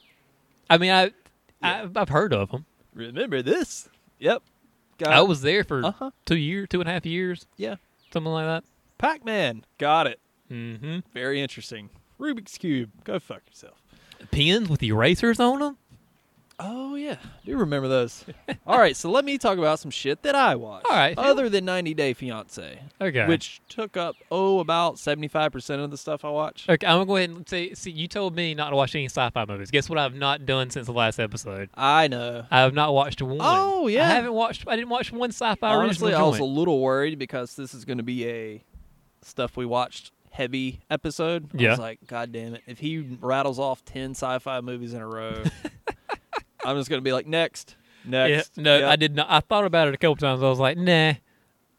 [SPEAKER 7] *laughs* I mean, I, I I've heard of them.
[SPEAKER 6] Remember this? Yep. Got
[SPEAKER 7] I
[SPEAKER 6] it.
[SPEAKER 7] was there for
[SPEAKER 6] Uh, Uh-huh.
[SPEAKER 7] two year, two and a half years,
[SPEAKER 6] yeah.
[SPEAKER 7] something like that.
[SPEAKER 6] Pac-Man. Got it.
[SPEAKER 7] Mm-hmm.
[SPEAKER 6] Very interesting. Rubik's cube. Go fuck yourself.
[SPEAKER 7] Pins with erasers on them.
[SPEAKER 6] Oh yeah, do remember
[SPEAKER 7] *laughs*
[SPEAKER 6] those. All right, so let me talk about some shit that I watched.
[SPEAKER 7] All right.
[SPEAKER 6] other than 90 Day Fiance,
[SPEAKER 7] Okay.
[SPEAKER 6] which took up oh about 75 percent of the stuff I watch.
[SPEAKER 7] Okay, I'm gonna go ahead and say. See, you told me not to watch any sci-fi movies. Guess what? I've not done since the last episode.
[SPEAKER 6] I know.
[SPEAKER 7] I have not watched one.
[SPEAKER 6] Oh, yeah.
[SPEAKER 7] I haven't watched. I didn't watch one sci-fi.
[SPEAKER 6] Honestly, I
[SPEAKER 7] original
[SPEAKER 6] was a
[SPEAKER 7] joint.
[SPEAKER 6] little worried because this is going to be a stuff we watched heavy episode. I
[SPEAKER 7] Yeah.
[SPEAKER 6] was like, God damn it! If he rattles off 10 sci-fi movies in a
[SPEAKER 7] *laughs*
[SPEAKER 6] row, I'm just going to be like, next,
[SPEAKER 7] Yeah,
[SPEAKER 6] next.
[SPEAKER 7] no,
[SPEAKER 6] Yep.
[SPEAKER 7] I did not. I thought about it a couple times. I was like, nah.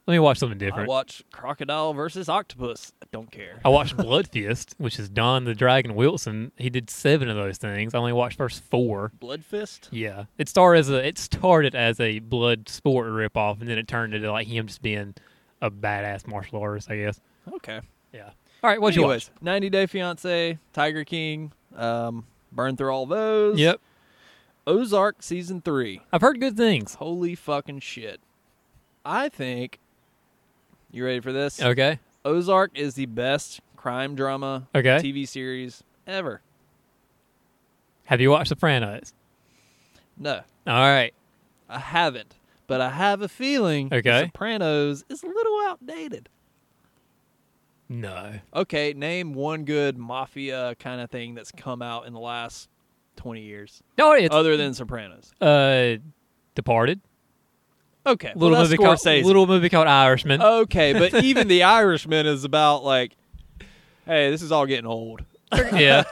[SPEAKER 7] Let me watch something
[SPEAKER 6] I
[SPEAKER 7] different.
[SPEAKER 6] watch Crocodile versus Octopus. I don't care.
[SPEAKER 7] I watched Blood Fist, which is Don the Dragon Wilson. He did seven of those things. I only watched first four.
[SPEAKER 6] Blood Fist.
[SPEAKER 7] Yeah, it started as a it started as a blood sport ripoff, and then it turned into like him just being a badass martial artist, I guess.
[SPEAKER 6] Okay.
[SPEAKER 7] Yeah. All right, what'd
[SPEAKER 6] Anyways, 90 Day Fiance, Tiger King, um, burn through all
[SPEAKER 7] you
[SPEAKER 6] those.
[SPEAKER 7] watch? Yep,
[SPEAKER 6] Ozark season three.
[SPEAKER 7] I've heard good things.
[SPEAKER 6] Holy fucking shit. I think you ready for this?
[SPEAKER 7] Okay.
[SPEAKER 6] Ozark is the best crime drama
[SPEAKER 7] Okay.
[SPEAKER 6] TV series ever.
[SPEAKER 7] Have you watched Sopranos?
[SPEAKER 6] No,
[SPEAKER 7] All right.
[SPEAKER 6] I haven't. But I have a feeling The
[SPEAKER 7] Okay.
[SPEAKER 6] Sopranos is a little outdated.
[SPEAKER 7] No.
[SPEAKER 6] Okay, name one good mafia kind of thing that's come out in the last 20 years
[SPEAKER 7] No, it's
[SPEAKER 6] other than Sopranos.
[SPEAKER 7] uh, Departed.
[SPEAKER 6] Okay,
[SPEAKER 7] Little
[SPEAKER 6] well, that's
[SPEAKER 7] movie called
[SPEAKER 6] Scorsese.
[SPEAKER 7] Little movie called Irishman.
[SPEAKER 6] Okay, *laughs* but even The Irishman is about like, hey, this is all getting old. *laughs*
[SPEAKER 7] yeah.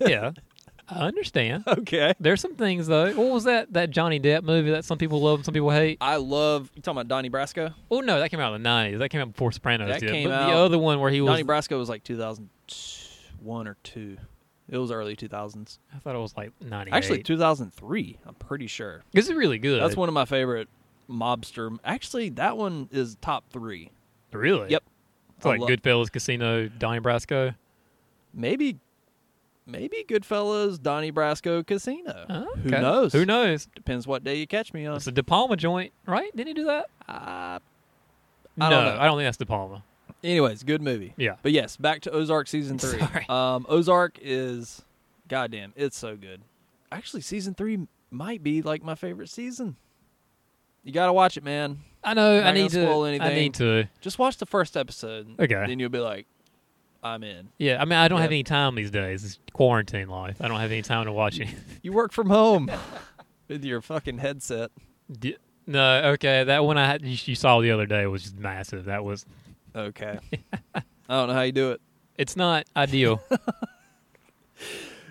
[SPEAKER 7] Yeah. I understand.
[SPEAKER 6] Okay.
[SPEAKER 7] There's some things though. What was that that Johnny Depp movie that some people love and some people hate?
[SPEAKER 6] I love you talking about Donnie Brasco.
[SPEAKER 7] Oh no, that came out in the '90s. That came out before Sopranos
[SPEAKER 6] That
[SPEAKER 7] did.
[SPEAKER 6] came
[SPEAKER 7] but the
[SPEAKER 6] out-
[SPEAKER 7] other one where he was
[SPEAKER 6] Donnie Brasco was like 2001 or two. It was early 2000s.
[SPEAKER 7] I thought it was like 98.
[SPEAKER 6] Actually, 2003. I'm pretty sure.
[SPEAKER 7] this is really good.
[SPEAKER 6] That's one of my favorite mobster. Actually, that one is top three.
[SPEAKER 7] Really?
[SPEAKER 6] Yep.
[SPEAKER 7] It's like
[SPEAKER 6] I lo-
[SPEAKER 7] Goodfellas, Casino, Donnie Brasco.
[SPEAKER 6] Maybe, maybe Goodfellas, Donnie Brasco, Casino.
[SPEAKER 7] Oh,
[SPEAKER 6] Who
[SPEAKER 7] okay.
[SPEAKER 6] knows?
[SPEAKER 7] Who knows?
[SPEAKER 6] Depends what day you catch me on.
[SPEAKER 7] It's a De Palma joint, right? Didn't he do that?
[SPEAKER 6] Uh,
[SPEAKER 7] no,
[SPEAKER 6] I don't know.
[SPEAKER 7] I don't think that's De Palma.
[SPEAKER 6] Anyways, good movie.
[SPEAKER 7] Yeah.
[SPEAKER 6] But yes, back to Ozark season three.
[SPEAKER 7] *laughs* Sorry.
[SPEAKER 6] Um, Ozark is, goddamn, it's so good. Actually, season three might be like my favorite season. You gotta watch it, man.
[SPEAKER 7] I know.
[SPEAKER 6] Not
[SPEAKER 7] I
[SPEAKER 6] gonna
[SPEAKER 7] need to.
[SPEAKER 6] spoil
[SPEAKER 7] I
[SPEAKER 6] anything.
[SPEAKER 7] need to.
[SPEAKER 6] Just watch the first episode.
[SPEAKER 7] Okay.
[SPEAKER 6] Then you'll be like, I'm in.
[SPEAKER 7] Yeah. I mean, I don't have
[SPEAKER 6] Yep.
[SPEAKER 7] any time these days. It's quarantine life. I don't have any time to watch it.
[SPEAKER 6] You work from
[SPEAKER 7] *laughs*
[SPEAKER 6] home with your fucking headset.
[SPEAKER 7] D- no. Okay. That one I had, you, you saw the other day was just massive. That was.
[SPEAKER 6] Okay. I don't know how you do it.
[SPEAKER 7] It's not
[SPEAKER 6] *laughs*
[SPEAKER 7] ideal.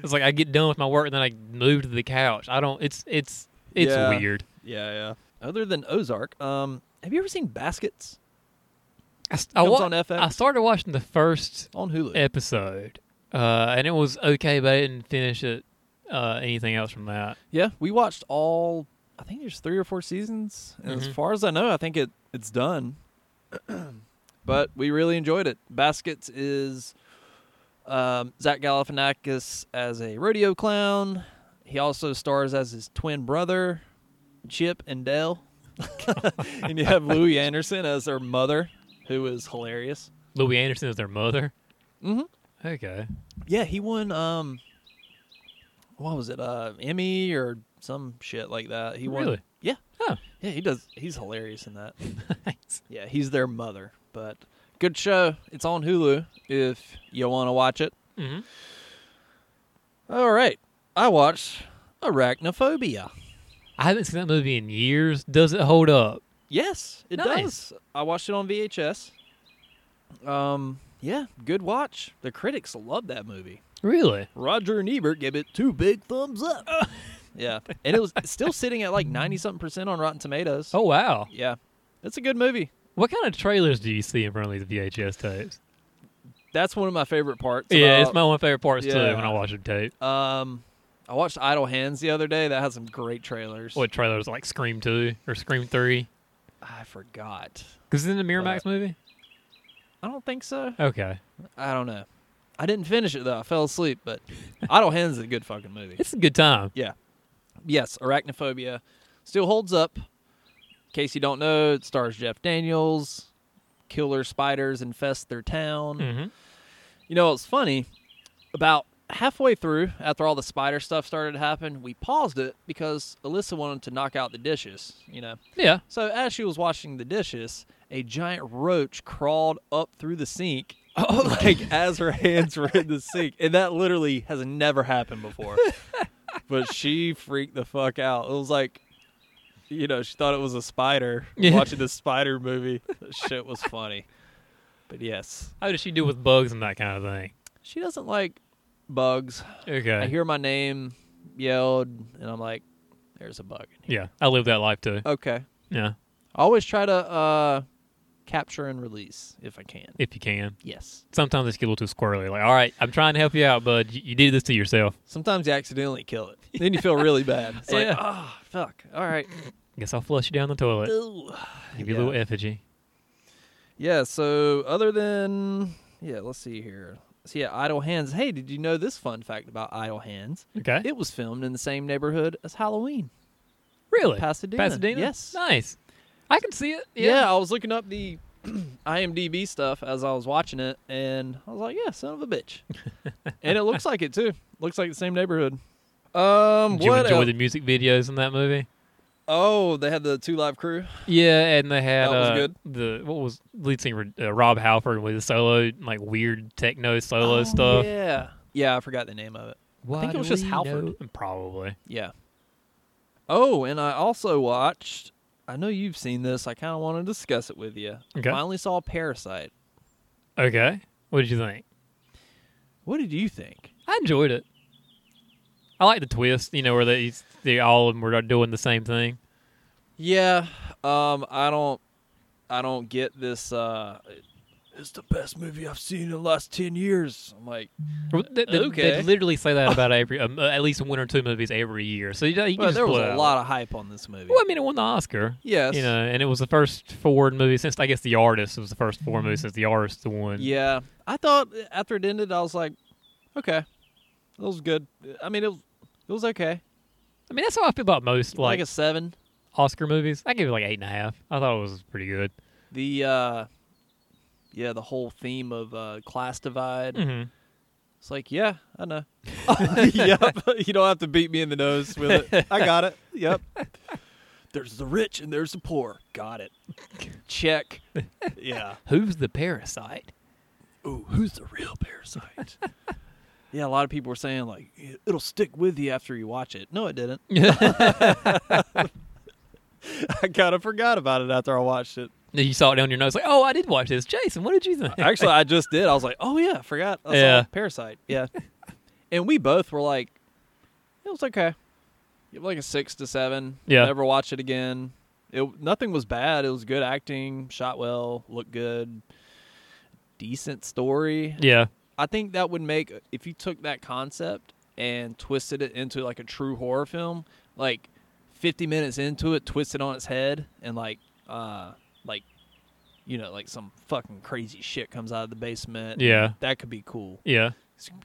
[SPEAKER 7] it's like I get done with my work and then I move to the couch. I don't. It's it's it's
[SPEAKER 6] Yeah.
[SPEAKER 7] weird.
[SPEAKER 6] Yeah, yeah. Other than Ozark, um, have you ever seen Baskets
[SPEAKER 7] I, s- I
[SPEAKER 6] Comes
[SPEAKER 7] wa-
[SPEAKER 6] on FX?
[SPEAKER 7] I started watching the first
[SPEAKER 6] on Hulu?
[SPEAKER 7] episode, uh, and it was okay, but I didn't finish it. Uh, anything else from that?
[SPEAKER 6] yeah, we watched all. I think there's three or four seasons, and as
[SPEAKER 7] Mhm.
[SPEAKER 6] far as I know, I think it it's done. but we really enjoyed it. Baskets is um, Zach Galifianakis as a rodeo clown. He also stars as his twin brother, Chip and Dale. *laughs* and you have Louis Anderson as their mother, who is hilarious.
[SPEAKER 7] Louis Anderson is their mother.
[SPEAKER 6] Mhm.
[SPEAKER 7] Okay. *laughs*
[SPEAKER 6] Yeah, he won. Um, what was it? Uh, Emmy or some shit like that. He won.
[SPEAKER 7] Really?
[SPEAKER 6] Yeah,
[SPEAKER 7] Oh,
[SPEAKER 6] yeah. He does. He's hilarious in that.
[SPEAKER 7] nice.
[SPEAKER 6] Yeah, he's their mother. But good show. It's on Hulu if you want to watch it.
[SPEAKER 7] hmm
[SPEAKER 6] All right, I watched Arachnophobia.
[SPEAKER 7] I haven't seen that movie in years. Does it hold up?
[SPEAKER 6] Yes, it
[SPEAKER 7] Nice.
[SPEAKER 6] does. I watched it on VHS. Um, yeah, good watch. The critics love that movie.
[SPEAKER 7] Really?
[SPEAKER 6] Roger Ebert gave it two big thumbs up. *laughs* yeah, and it was still sitting at like ninety something percent on Rotten Tomatoes.
[SPEAKER 7] Oh wow.
[SPEAKER 6] yeah, it's a good movie.
[SPEAKER 7] What kind of trailers do you see in front of these VHS tapes?
[SPEAKER 6] That's one of my favorite parts.
[SPEAKER 7] yeah, it's my
[SPEAKER 6] about-
[SPEAKER 7] one favorite parts too when
[SPEAKER 6] Yeah.
[SPEAKER 7] I watch a tape.
[SPEAKER 6] Um, I watched Idle Hands the other day. That has some great trailers.
[SPEAKER 7] What trailers like Scream Two or Scream Three?
[SPEAKER 6] I forgot.
[SPEAKER 7] Because it's in the Miramax movie.
[SPEAKER 6] I don't think so.
[SPEAKER 7] Okay,
[SPEAKER 6] I don't know. I didn't finish it though. I fell asleep. But Idle Hands is a good fucking movie.
[SPEAKER 7] it's a good time.
[SPEAKER 6] Yeah. Yes, Arachnophobia still holds up. In case you don't know, it stars Jeff Daniels. Killer spiders infest their town.
[SPEAKER 7] Mm-hmm.
[SPEAKER 6] You know, it's funny. About halfway through, after all the spider stuff started to happen, we paused it because Alyssa wanted to knock out the dishes, you know.
[SPEAKER 7] Yeah.
[SPEAKER 6] So as she was washing the dishes, a giant roach crawled up through the sink. like as her hands were in the sink, and that literally has never happened before. but she freaked the fuck out. It was like, you know, she thought it was a spider
[SPEAKER 7] Yeah.
[SPEAKER 6] watching the spider movie. That shit was funny. But yes,
[SPEAKER 7] How does she deal with bugs and that kind of thing?
[SPEAKER 6] she doesn't like bugs.
[SPEAKER 7] Okay.
[SPEAKER 6] I hear my name yelled, and I'm like, "There's a bug." In here.
[SPEAKER 7] yeah, I live that life too.
[SPEAKER 6] Okay.
[SPEAKER 7] Yeah,
[SPEAKER 6] I always try to uh, capture and release if I can.
[SPEAKER 7] if you can.
[SPEAKER 6] Yes.
[SPEAKER 7] Sometimes it's get a little too squirrely. Like, all right, I'm trying to help you out, bud. You, you did this to yourself.
[SPEAKER 6] Sometimes you accidentally kill it. Then you feel really bad. It's *laughs* like,
[SPEAKER 7] Yeah.
[SPEAKER 6] oh, fuck. All right.
[SPEAKER 7] "Ah, Guess I'll flush you down the toilet.
[SPEAKER 6] Ooh.
[SPEAKER 7] Give you
[SPEAKER 6] Yeah.
[SPEAKER 7] a little effigy.
[SPEAKER 6] Yeah, so other than yeah, let's see here. So yeah, Idle Hands. Hey, did you know this fun fact about Idle Hands?
[SPEAKER 7] Okay.
[SPEAKER 6] It was filmed in the same neighborhood as Halloween.
[SPEAKER 7] really?
[SPEAKER 6] Pasadena,
[SPEAKER 7] Pasadena.
[SPEAKER 6] yes.
[SPEAKER 7] Nice. I can see it.
[SPEAKER 6] Yeah,
[SPEAKER 7] Yeah.
[SPEAKER 6] I was looking up the *clears throat* IMDb stuff as I was watching it and I was like, yeah, son of a *laughs* bitch. and it looks like it too. Looks like the same neighborhood. Um
[SPEAKER 7] Did you
[SPEAKER 6] what
[SPEAKER 7] enjoy
[SPEAKER 6] el-
[SPEAKER 7] the music videos in that movie?
[SPEAKER 6] Oh, they had the two live crew.
[SPEAKER 7] Yeah, and they had
[SPEAKER 6] That was
[SPEAKER 7] uh,
[SPEAKER 6] good.
[SPEAKER 7] the what was lead singer uh, Rob Halford with his solo like weird techno solo
[SPEAKER 6] Oh,
[SPEAKER 7] stuff.
[SPEAKER 6] Yeah. Yeah, I forgot the name of it.
[SPEAKER 7] Why
[SPEAKER 6] think it
[SPEAKER 7] do
[SPEAKER 6] was just
[SPEAKER 7] we
[SPEAKER 6] Halford.
[SPEAKER 7] know- Probably.
[SPEAKER 6] Yeah. Oh, and I also watched. I know you've seen this. I kind of want to discuss it with you.
[SPEAKER 7] Okay.
[SPEAKER 6] Finally saw Parasite.
[SPEAKER 7] Okay. What did you think?
[SPEAKER 6] What did you think?
[SPEAKER 7] I enjoyed it. I like the twist, you know, where they they all of them were doing the same thing.
[SPEAKER 6] Yeah. Um. I don't. I don't get this. Uh, it's the best movie I've seen in the last ten years. I'm like,
[SPEAKER 7] Well, They, they,
[SPEAKER 6] Okay.
[SPEAKER 7] they literally say that about every um, uh, at least one or two movies every year. So you, know, you can
[SPEAKER 6] well,
[SPEAKER 7] just
[SPEAKER 6] there was
[SPEAKER 7] blow it
[SPEAKER 6] a
[SPEAKER 7] out.
[SPEAKER 6] lot of hype on this movie.
[SPEAKER 7] Well, I mean, it won the Oscar.
[SPEAKER 6] Yes.
[SPEAKER 7] You know, and it was the first Ford movie since I guess The Artist was the first Ford movie since The Artist won.
[SPEAKER 6] Yeah. I thought after it ended, I was like, okay, that was good. I mean, it was- it was okay.
[SPEAKER 7] I mean, that's how I feel about most
[SPEAKER 6] Like,
[SPEAKER 7] like
[SPEAKER 6] a seven.
[SPEAKER 7] Oscar movies. I give it like eight and a half. I thought it was pretty good.
[SPEAKER 6] the uh yeah the whole theme of uh class divide
[SPEAKER 7] Mm-hmm.
[SPEAKER 6] it's like yeah i know *laughs* yep you don't have to beat me in the nose with it i got it yep *laughs* There's the rich and there's the poor. Got it. Check. Yeah.
[SPEAKER 7] Who's the parasite?
[SPEAKER 6] Ooh, who's the real parasite? yeah, a lot of people were saying like "It- it'll stick with you after you watch it. No, it didn't. *laughs* I kind of forgot about it after I watched it.
[SPEAKER 7] you saw it down your nose, like, oh, I did watch this. Jason, what did you think?
[SPEAKER 6] *laughs* Actually, I just did. I was like, oh yeah, I forgot. I saw
[SPEAKER 7] Yeah.
[SPEAKER 6] Parasite. Yeah. *laughs* and we both were like, it was okay. It was like a six to seven.
[SPEAKER 7] Yeah.
[SPEAKER 6] Never watch it again. It nothing was bad. It was good acting, shot well, looked good, decent story.
[SPEAKER 7] *laughs* yeah,
[SPEAKER 6] I think that would make if you took that concept and twisted it into like a true horror film, like fifty minutes into it, twisted on its head, and like uh like you know like some fucking crazy shit comes out of the basement.
[SPEAKER 7] Yeah.
[SPEAKER 6] that could be cool.
[SPEAKER 7] yeah.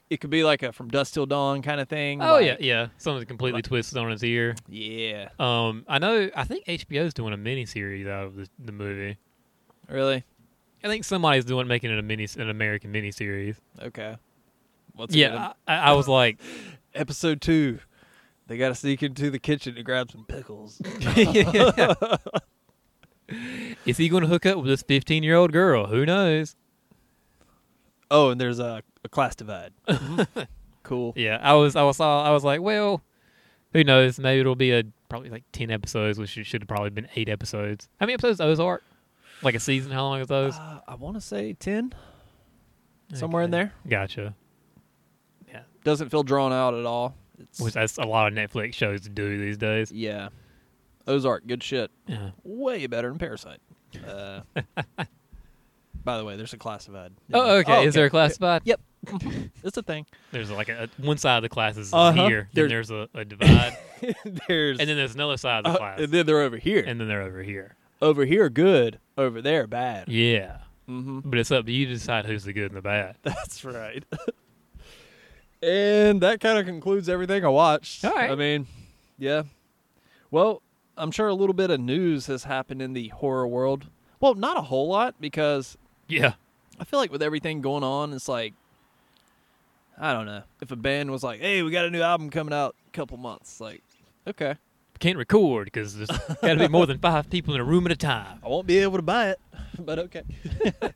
[SPEAKER 6] It could be like a from dusk till dawn kind of thing.
[SPEAKER 7] Oh
[SPEAKER 6] like-
[SPEAKER 7] yeah, yeah. Something completely twisted on his ear.
[SPEAKER 6] yeah.
[SPEAKER 7] Um, I know. I think HBO's doing a miniseries out of the, the movie.
[SPEAKER 6] Really?
[SPEAKER 7] I think somebody's doing making it a mini an American miniseries.
[SPEAKER 6] Okay. What's
[SPEAKER 7] Yeah, I, I was like,
[SPEAKER 6] episode two. They got to sneak into the kitchen to grab some
[SPEAKER 7] *laughs*
[SPEAKER 6] pickles. *laughs*
[SPEAKER 7] is he going to hook up with this fifteen year old girl? Who knows?
[SPEAKER 6] oh, and there's a, a class
[SPEAKER 7] *laughs*
[SPEAKER 6] divide. cool.
[SPEAKER 7] Yeah, I was, I was, all, I was like, well, who knows? Maybe it'll be a probably like ten episodes, which it should have probably been eight episodes. How many episodes Ozark? Like a season? How long is those?
[SPEAKER 6] Uh, I want to say 10, somewhere in
[SPEAKER 7] Okay.
[SPEAKER 6] there.
[SPEAKER 7] Gotcha.
[SPEAKER 6] Doesn't feel drawn out at all. It's,
[SPEAKER 7] Which that's a lot of Netflix shows to do these days.
[SPEAKER 6] yeah. Ozark, good shit.
[SPEAKER 7] Yeah.
[SPEAKER 6] Way better than Parasite.
[SPEAKER 7] *laughs*
[SPEAKER 6] Uh, by the way, there's a classified.
[SPEAKER 7] Oh, okay. Is there a classified?
[SPEAKER 6] Yep. *laughs* it's a thing.
[SPEAKER 7] There's like a, one side of the class is
[SPEAKER 6] Uh-huh.
[SPEAKER 7] here, then
[SPEAKER 6] There's-
[SPEAKER 7] there's a, a
[SPEAKER 6] *laughs*
[SPEAKER 7] divide,
[SPEAKER 6] there's.
[SPEAKER 7] and then *laughs* there's another side of the class,
[SPEAKER 6] Uh, and then they're over here.
[SPEAKER 7] and then they're over here.
[SPEAKER 6] over here, good. Over there, bad.
[SPEAKER 7] Yeah. Mm-hmm. But it's up to you to decide who's the good and the bad.
[SPEAKER 6] That's right. and that kind of concludes everything I watched.
[SPEAKER 7] All right.
[SPEAKER 6] I mean, yeah. Well, I'm sure a little bit of news has happened in the horror world. Well, not a whole lot because
[SPEAKER 7] yeah.
[SPEAKER 6] I feel like with everything going on, it's like I don't know. If a band was like, "Hey, we got a new album coming out in a couple months." Like, okay.
[SPEAKER 7] Can't record because there's got to be more than five people in a room at a time.
[SPEAKER 6] I won't be able to buy it, *laughs* but okay.
[SPEAKER 7] But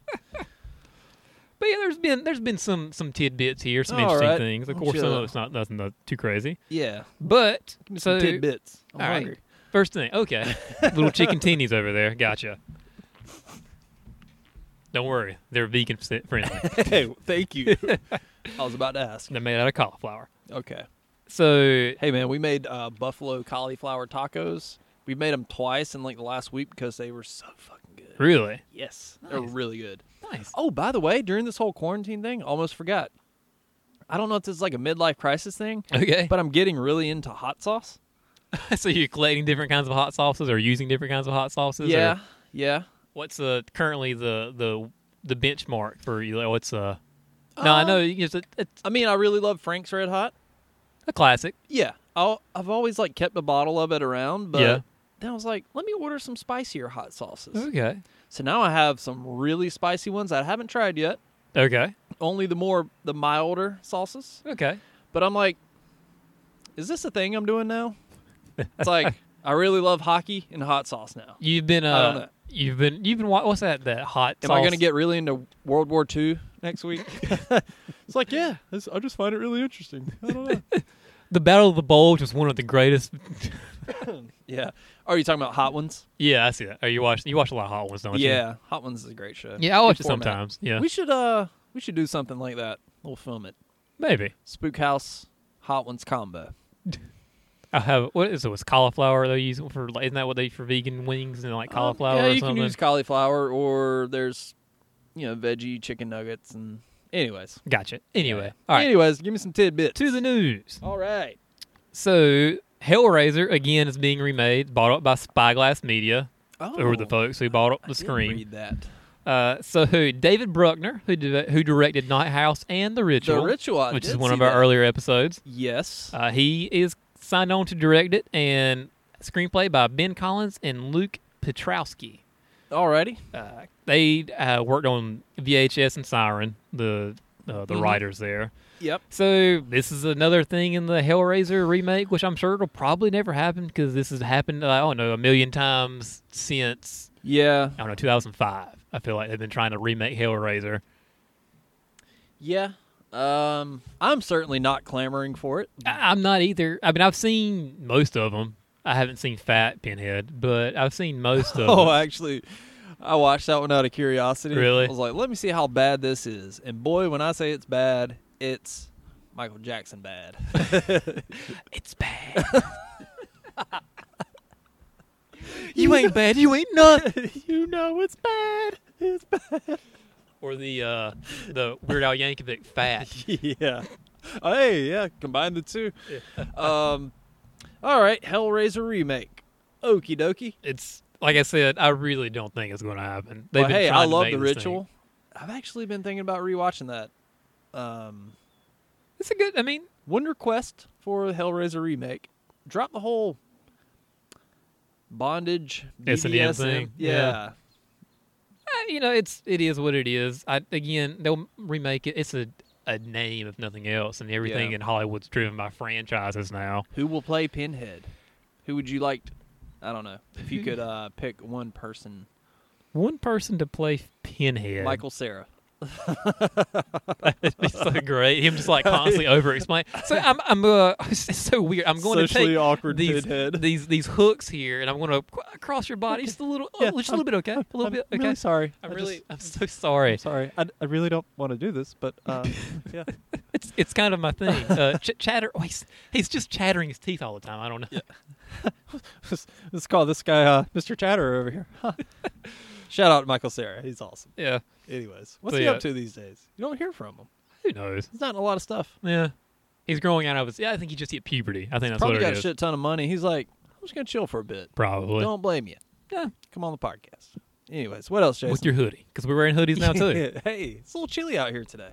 [SPEAKER 7] yeah, there's been there's been some some tidbits here,
[SPEAKER 6] All
[SPEAKER 7] some interesting
[SPEAKER 6] right.
[SPEAKER 7] things. Of
[SPEAKER 6] I'm
[SPEAKER 7] course, some
[SPEAKER 6] sure.
[SPEAKER 7] of it's not nothing uh, too crazy.
[SPEAKER 6] Yeah.
[SPEAKER 7] But
[SPEAKER 6] Give me
[SPEAKER 7] so
[SPEAKER 6] some tidbits. I'm
[SPEAKER 7] all right.
[SPEAKER 6] hungry. *laughs*
[SPEAKER 7] First thing, *laughs* okay, little chicken teenies over there. Gotcha. Don't worry, they're vegan f- *laughs* friendly.
[SPEAKER 6] Hey, thank
[SPEAKER 7] *laughs*
[SPEAKER 6] you. I was about to ask.
[SPEAKER 7] they're made out of cauliflower.
[SPEAKER 6] Okay.
[SPEAKER 7] So
[SPEAKER 6] Hey man, we made uh, buffalo cauliflower tacos. We made them twice in like the last week because they were so fucking good.
[SPEAKER 7] really,
[SPEAKER 6] Yes, they were
[SPEAKER 7] Nice.
[SPEAKER 6] really good.
[SPEAKER 7] nice.
[SPEAKER 6] Oh, by the way, during this whole quarantine thing, almost forgot. I don't know if this is like a midlife crisis thing,
[SPEAKER 7] Okay,
[SPEAKER 6] but I'm getting really into hot sauce.
[SPEAKER 7] *laughs* so you're collecting different kinds of hot sauces or using different kinds of hot sauces? or
[SPEAKER 6] Yeah, yeah.
[SPEAKER 7] what's uh, currently the the the benchmark for you? Like, What's uh? No, I
[SPEAKER 6] Um,
[SPEAKER 7] know you- it's a, it's
[SPEAKER 6] I mean, I really love Frank's Red Hot.
[SPEAKER 7] a classic.
[SPEAKER 6] Yeah, I'll, I've always like kept a bottle of it around, but
[SPEAKER 7] Yeah.
[SPEAKER 6] then I was like, let me order some spicier hot sauces.
[SPEAKER 7] Okay.
[SPEAKER 6] So now I have some really spicy ones that I haven't tried yet.
[SPEAKER 7] Okay.
[SPEAKER 6] Only the more the milder sauces.
[SPEAKER 7] Okay.
[SPEAKER 6] But I'm like, is this a thing I'm doing now? It's *laughs* like I really love hockey and hot sauce now.
[SPEAKER 7] You've been uh,
[SPEAKER 6] I don't know.
[SPEAKER 7] you've been you've been wa- what's that that hot?
[SPEAKER 6] Am
[SPEAKER 7] sauce?
[SPEAKER 6] I going to get really into World War II next *laughs* week? it's like, yeah, it's- I just find it really interesting. I don't know.
[SPEAKER 7] the Battle of the Bulge was one of the greatest.
[SPEAKER 6] *laughs* yeah. Are you talking about hot ones?
[SPEAKER 7] yeah, I see that. Oh, you watch you watch a lot of hot ones, don't you?
[SPEAKER 6] Yeah, hot ones is a great show.
[SPEAKER 7] Yeah, I watch
[SPEAKER 6] Good
[SPEAKER 7] it
[SPEAKER 6] format.
[SPEAKER 7] sometimes. Yeah,
[SPEAKER 6] We should uh, we should do something like that. We'll film it.
[SPEAKER 7] maybe.
[SPEAKER 6] Spook House, hot ones combo.
[SPEAKER 7] I have what is it? Was cauliflower they use for? Like, isn't that what they for vegan wings and like
[SPEAKER 6] Um,
[SPEAKER 7] cauliflower?
[SPEAKER 6] yeah,
[SPEAKER 7] or
[SPEAKER 6] you
[SPEAKER 7] something?
[SPEAKER 6] can use cauliflower, or there's, you know, veggie chicken nuggets and. Anyways,
[SPEAKER 7] Gotcha. Anyway, all right.
[SPEAKER 6] Anyways, give me some tidbits.
[SPEAKER 7] To the news.
[SPEAKER 6] All right.
[SPEAKER 7] So Hellraiser again is being remade, bought up by Spyglass Media,
[SPEAKER 6] Oh,
[SPEAKER 7] who were the folks who bought up
[SPEAKER 6] I
[SPEAKER 7] the
[SPEAKER 6] did
[SPEAKER 7] screen.
[SPEAKER 6] Read that.
[SPEAKER 7] Uh, so David Bruckner, who di- who directed Night House and The Ritual,
[SPEAKER 6] Ritual, I
[SPEAKER 7] which is
[SPEAKER 6] did
[SPEAKER 7] one
[SPEAKER 6] see
[SPEAKER 7] of our
[SPEAKER 6] that.
[SPEAKER 7] earlier episodes,
[SPEAKER 6] Yes.
[SPEAKER 7] uh, he is signed on to direct it, and screenplay by Ben Collins and Luke Petrowski.
[SPEAKER 6] Alrighty.
[SPEAKER 7] Uh, they uh, worked on VHS and Siren, the uh,
[SPEAKER 6] Mm-hmm.
[SPEAKER 7] the writers there.
[SPEAKER 6] Yep.
[SPEAKER 7] So this is another thing in the Hellraiser remake, which I'm sure it'll probably never happen because this has happened I don't know a million times since
[SPEAKER 6] Yeah.
[SPEAKER 7] I don't know 2005. I feel like they've been trying to remake Hellraiser.
[SPEAKER 6] Yeah. Um, I'm certainly not clamoring for it.
[SPEAKER 7] I- I'm not either. I mean, I've seen most of them. I haven't seen Fat Pinhead, but I've seen
[SPEAKER 6] *laughs*
[SPEAKER 7] most of
[SPEAKER 6] Oh,
[SPEAKER 7] *laughs* them.
[SPEAKER 6] actually, I watched that one out of curiosity.
[SPEAKER 7] Really?
[SPEAKER 6] I was like, let me see how bad this is. And boy, when I say it's bad, it's Michael Jackson bad.
[SPEAKER 7] *laughs* It's bad.
[SPEAKER 6] *laughs*
[SPEAKER 7] you ain't bad. You ain't nothing. *laughs* you know it's bad. It's bad. Or the uh, the Weird Al Yankovic Fat.
[SPEAKER 6] *laughs* yeah. Oh, Hey, yeah, combine the two. *laughs* um, all right, Hellraiser remake. Okie dokie.
[SPEAKER 7] It's like I said. I really don't think it's going to happen. They've
[SPEAKER 6] Well,
[SPEAKER 7] been
[SPEAKER 6] hey,
[SPEAKER 7] trying
[SPEAKER 6] I
[SPEAKER 7] to
[SPEAKER 6] love
[SPEAKER 7] make
[SPEAKER 6] the
[SPEAKER 7] this thing.
[SPEAKER 6] ritual. I've actually been thinking about rewatching that. Um,
[SPEAKER 7] It's a good. I mean, uh,
[SPEAKER 6] Wonder Quest for the Hellraiser remake. Drop the whole bondage
[SPEAKER 7] S&M
[SPEAKER 6] BDSM.
[SPEAKER 7] thing,
[SPEAKER 6] Yeah.
[SPEAKER 7] yeah. Uh, you know, it's it is what it is. I again, they'll remake it. It's a a name if nothing else, and everything
[SPEAKER 6] Yeah.
[SPEAKER 7] in Hollywood's driven by franchises now.
[SPEAKER 6] Who will play Pinhead? Who would you like? I don't know. If you could uh, pick one person,
[SPEAKER 7] One person to play Pinhead,
[SPEAKER 6] Michael Sarah.
[SPEAKER 7] It'd be so great. Him just
[SPEAKER 6] *laughs*
[SPEAKER 7] like constantly over explain. So I'm, I'm uh, *laughs* it's so weird. I'm going
[SPEAKER 6] Socially
[SPEAKER 7] to take
[SPEAKER 6] awkward
[SPEAKER 7] these,
[SPEAKER 6] pinhead.
[SPEAKER 7] *laughs* these these hooks here, and I'm going to qu- cross your body just a little, oh,
[SPEAKER 6] Yeah,
[SPEAKER 7] just a little bit, okay, a little bit, okay.
[SPEAKER 6] sorry.
[SPEAKER 7] I'm really, I'm so
[SPEAKER 6] *laughs*
[SPEAKER 7] sorry.
[SPEAKER 6] sorry. I, I really don't want to do this, but
[SPEAKER 7] *laughs*
[SPEAKER 6] uh, yeah.
[SPEAKER 7] It's it's kind of
[SPEAKER 6] *laughs*
[SPEAKER 7] my thing. Uh, ch- chatter. Oh, he's, he's just chattering his teeth all the time. I don't know.
[SPEAKER 6] let's, let's call this guy uh, Mr. Chatterer over here. Shout out to Michael Sarah. He's awesome.
[SPEAKER 7] *laughs* yeah.
[SPEAKER 6] Anyways, what's
[SPEAKER 7] So,
[SPEAKER 6] he
[SPEAKER 7] yeah.
[SPEAKER 6] up to these days? You don't hear from him.
[SPEAKER 7] Who knows?
[SPEAKER 6] He's not in a lot of stuff.
[SPEAKER 7] Yeah. He's growing out of his. Yeah, I think he just hit puberty. I think that's
[SPEAKER 6] Probably
[SPEAKER 7] what it
[SPEAKER 6] got a
[SPEAKER 7] is.
[SPEAKER 6] shit ton of money. He's like, I'm just gonna chill for a bit.
[SPEAKER 7] Probably.
[SPEAKER 6] Don't blame you.
[SPEAKER 7] Yeah.
[SPEAKER 6] Come on the podcast. Anyways, what else, Jason?
[SPEAKER 7] With your hoodie, because we're wearing hoodies
[SPEAKER 6] *laughs*
[SPEAKER 7] now too.
[SPEAKER 6] hey, it's a little chilly out here today.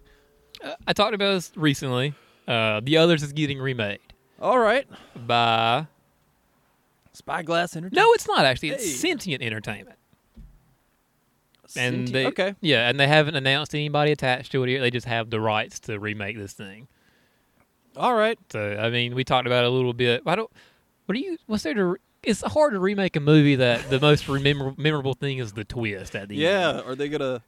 [SPEAKER 7] Uh, I talked about this recently. Uh, the others is getting remade
[SPEAKER 6] All right,
[SPEAKER 7] by.
[SPEAKER 6] Spyglass Entertainment.
[SPEAKER 7] No, it's not actually. It's
[SPEAKER 6] Hey.
[SPEAKER 7] Sentient Entertainment. And
[SPEAKER 6] Sentient-
[SPEAKER 7] they,
[SPEAKER 6] okay,
[SPEAKER 7] Yeah, and they haven't announced anybody attached to it yet. They just have the rights to remake this thing.
[SPEAKER 6] all right.
[SPEAKER 7] So I mean, we talked about it a little bit. I don't. What do you? What's there to? re- It's hard to remake a movie that the most remember, memorable thing is the twist at the end.
[SPEAKER 6] Yeah, are they gonna?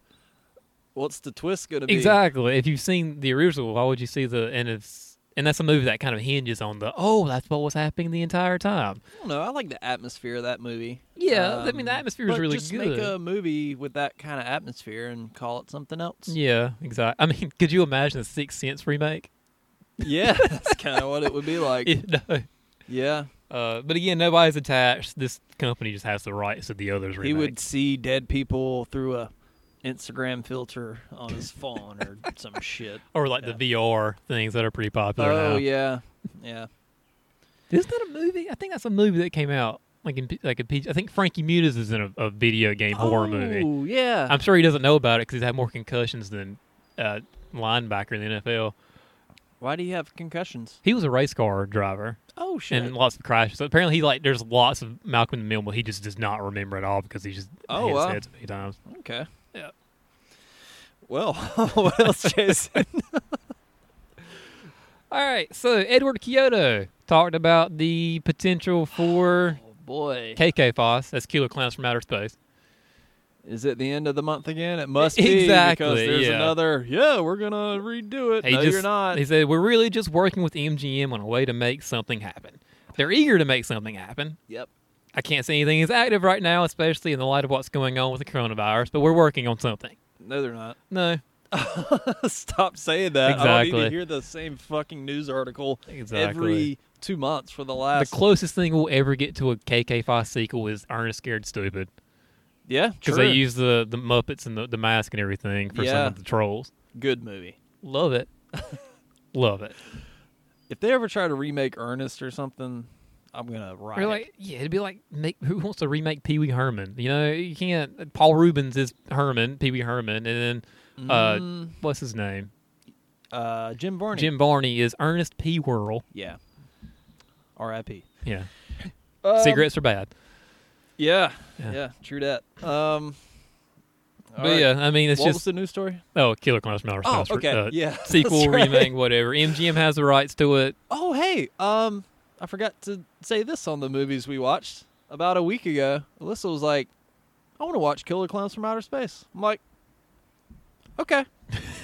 [SPEAKER 6] What's the twist gonna be?
[SPEAKER 7] Exactly. If you've seen the original, why would you see the and it's and that's a movie that kind of hinges on the oh that's what was happening the entire time.
[SPEAKER 6] I don't know. I like the atmosphere of that movie. Um,
[SPEAKER 7] Yeah, I mean, the atmosphere is
[SPEAKER 6] but
[SPEAKER 7] really
[SPEAKER 6] just
[SPEAKER 7] good.
[SPEAKER 6] Make a movie with that kind of atmosphere and call it something else.
[SPEAKER 7] Yeah, exactly. I mean, *laughs* could you imagine a Sixth Sense remake?
[SPEAKER 6] *laughs*
[SPEAKER 7] *laughs*
[SPEAKER 6] Yeah, that's kind of what it would be like.
[SPEAKER 7] You know?
[SPEAKER 6] yeah,
[SPEAKER 7] Uh, but again, nobody's attached. This company just has the rights to the others. Remakes.
[SPEAKER 6] he would see dead people through a Instagram filter on
[SPEAKER 7] *laughs*
[SPEAKER 6] his phone or some shit.
[SPEAKER 7] or like the VR things that are pretty popular now.
[SPEAKER 6] Oh yeah, yeah.
[SPEAKER 7] Isn't that a movie? I think that's a movie that came out like in P- like a PG. I think Frankie Muniz is in a, a video game horror movie.
[SPEAKER 6] Oh yeah.
[SPEAKER 7] I'm sure he doesn't know about it because he's had more concussions than uh, linebacker in the NFL.
[SPEAKER 6] Why do you have concussions?
[SPEAKER 7] He was a race car driver
[SPEAKER 6] Oh shit.
[SPEAKER 7] and lots of crashes. So apparently, he like there's lots of Malcolm in the Middle. where He just does not remember at all because he just
[SPEAKER 6] Oh,
[SPEAKER 7] hit his
[SPEAKER 6] wow.
[SPEAKER 7] head so many times.
[SPEAKER 6] okay.
[SPEAKER 7] Yeah.
[SPEAKER 6] Well, *laughs* what else,
[SPEAKER 7] *laughs*
[SPEAKER 6] Jason?
[SPEAKER 7] All right, so Edward Kyoto talked about the potential for
[SPEAKER 6] oh boy.
[SPEAKER 7] KK Foss. That's Killer Clowns from Outer Space.
[SPEAKER 6] Is it the end of the month again? It must be because
[SPEAKER 7] Exactly,
[SPEAKER 6] there's
[SPEAKER 7] yeah.
[SPEAKER 6] another. Yeah, we're gonna redo it.
[SPEAKER 7] He
[SPEAKER 6] no,
[SPEAKER 7] just,
[SPEAKER 6] you're not.
[SPEAKER 7] He said, "We're really just working with MGM on a way to make something happen. They're eager to make something happen.
[SPEAKER 6] Yep.
[SPEAKER 7] I can't say anything is active right now, especially in the light of what's going on with the coronavirus. But we're working on something.
[SPEAKER 6] No, they're not. *laughs*
[SPEAKER 7] No,
[SPEAKER 6] Stop saying that. I don't need
[SPEAKER 7] Exactly.
[SPEAKER 6] to hear the same fucking news article every
[SPEAKER 7] Exactly.
[SPEAKER 6] two months for the
[SPEAKER 7] the
[SPEAKER 6] last.
[SPEAKER 7] closest thing we'll ever get to a KK Foss sequel is Ernest Scared Stupid
[SPEAKER 6] yeah,
[SPEAKER 7] because
[SPEAKER 6] true.
[SPEAKER 7] they use the the Muppets and the, the mask and everything for some
[SPEAKER 6] Yeah.
[SPEAKER 7] of the trolls.
[SPEAKER 6] good movie. *laughs*
[SPEAKER 7] Love it, love it.
[SPEAKER 6] If they ever try to remake Ernest or something, I'm gonna riot.
[SPEAKER 7] Or like, yeah, it'd be like, make, who wants to remake Pee Wee Herman? You know, you can't. Paul Rubens is Herman, Pee Wee Herman, and then uh,
[SPEAKER 6] Mm.
[SPEAKER 7] what's his name?
[SPEAKER 6] uh, Jim Varney.
[SPEAKER 7] Jim Barney is Ernest P. Whirl.
[SPEAKER 6] Yeah. R.I.P. *laughs*
[SPEAKER 7] Yeah,
[SPEAKER 6] Um,
[SPEAKER 7] cigarettes are bad.
[SPEAKER 6] Yeah,
[SPEAKER 7] Yeah.
[SPEAKER 6] yeah, true that. Um, All
[SPEAKER 7] but
[SPEAKER 6] right.
[SPEAKER 7] yeah, I mean, it's
[SPEAKER 6] what was
[SPEAKER 7] just
[SPEAKER 6] the news story?
[SPEAKER 7] oh, Killer Clowns Mouse.
[SPEAKER 6] Oh,
[SPEAKER 7] Mouse,
[SPEAKER 6] okay,
[SPEAKER 7] uh,
[SPEAKER 6] *laughs* yeah, that's
[SPEAKER 7] sequel,
[SPEAKER 6] right.
[SPEAKER 7] remake, whatever. MGM has the rights to it.
[SPEAKER 6] Oh, hey, um, I forgot to say this on the movies we watched about a week ago. Alyssa was like, "I want to watch Killer Clowns from Outer Space." I'm like, "Okay,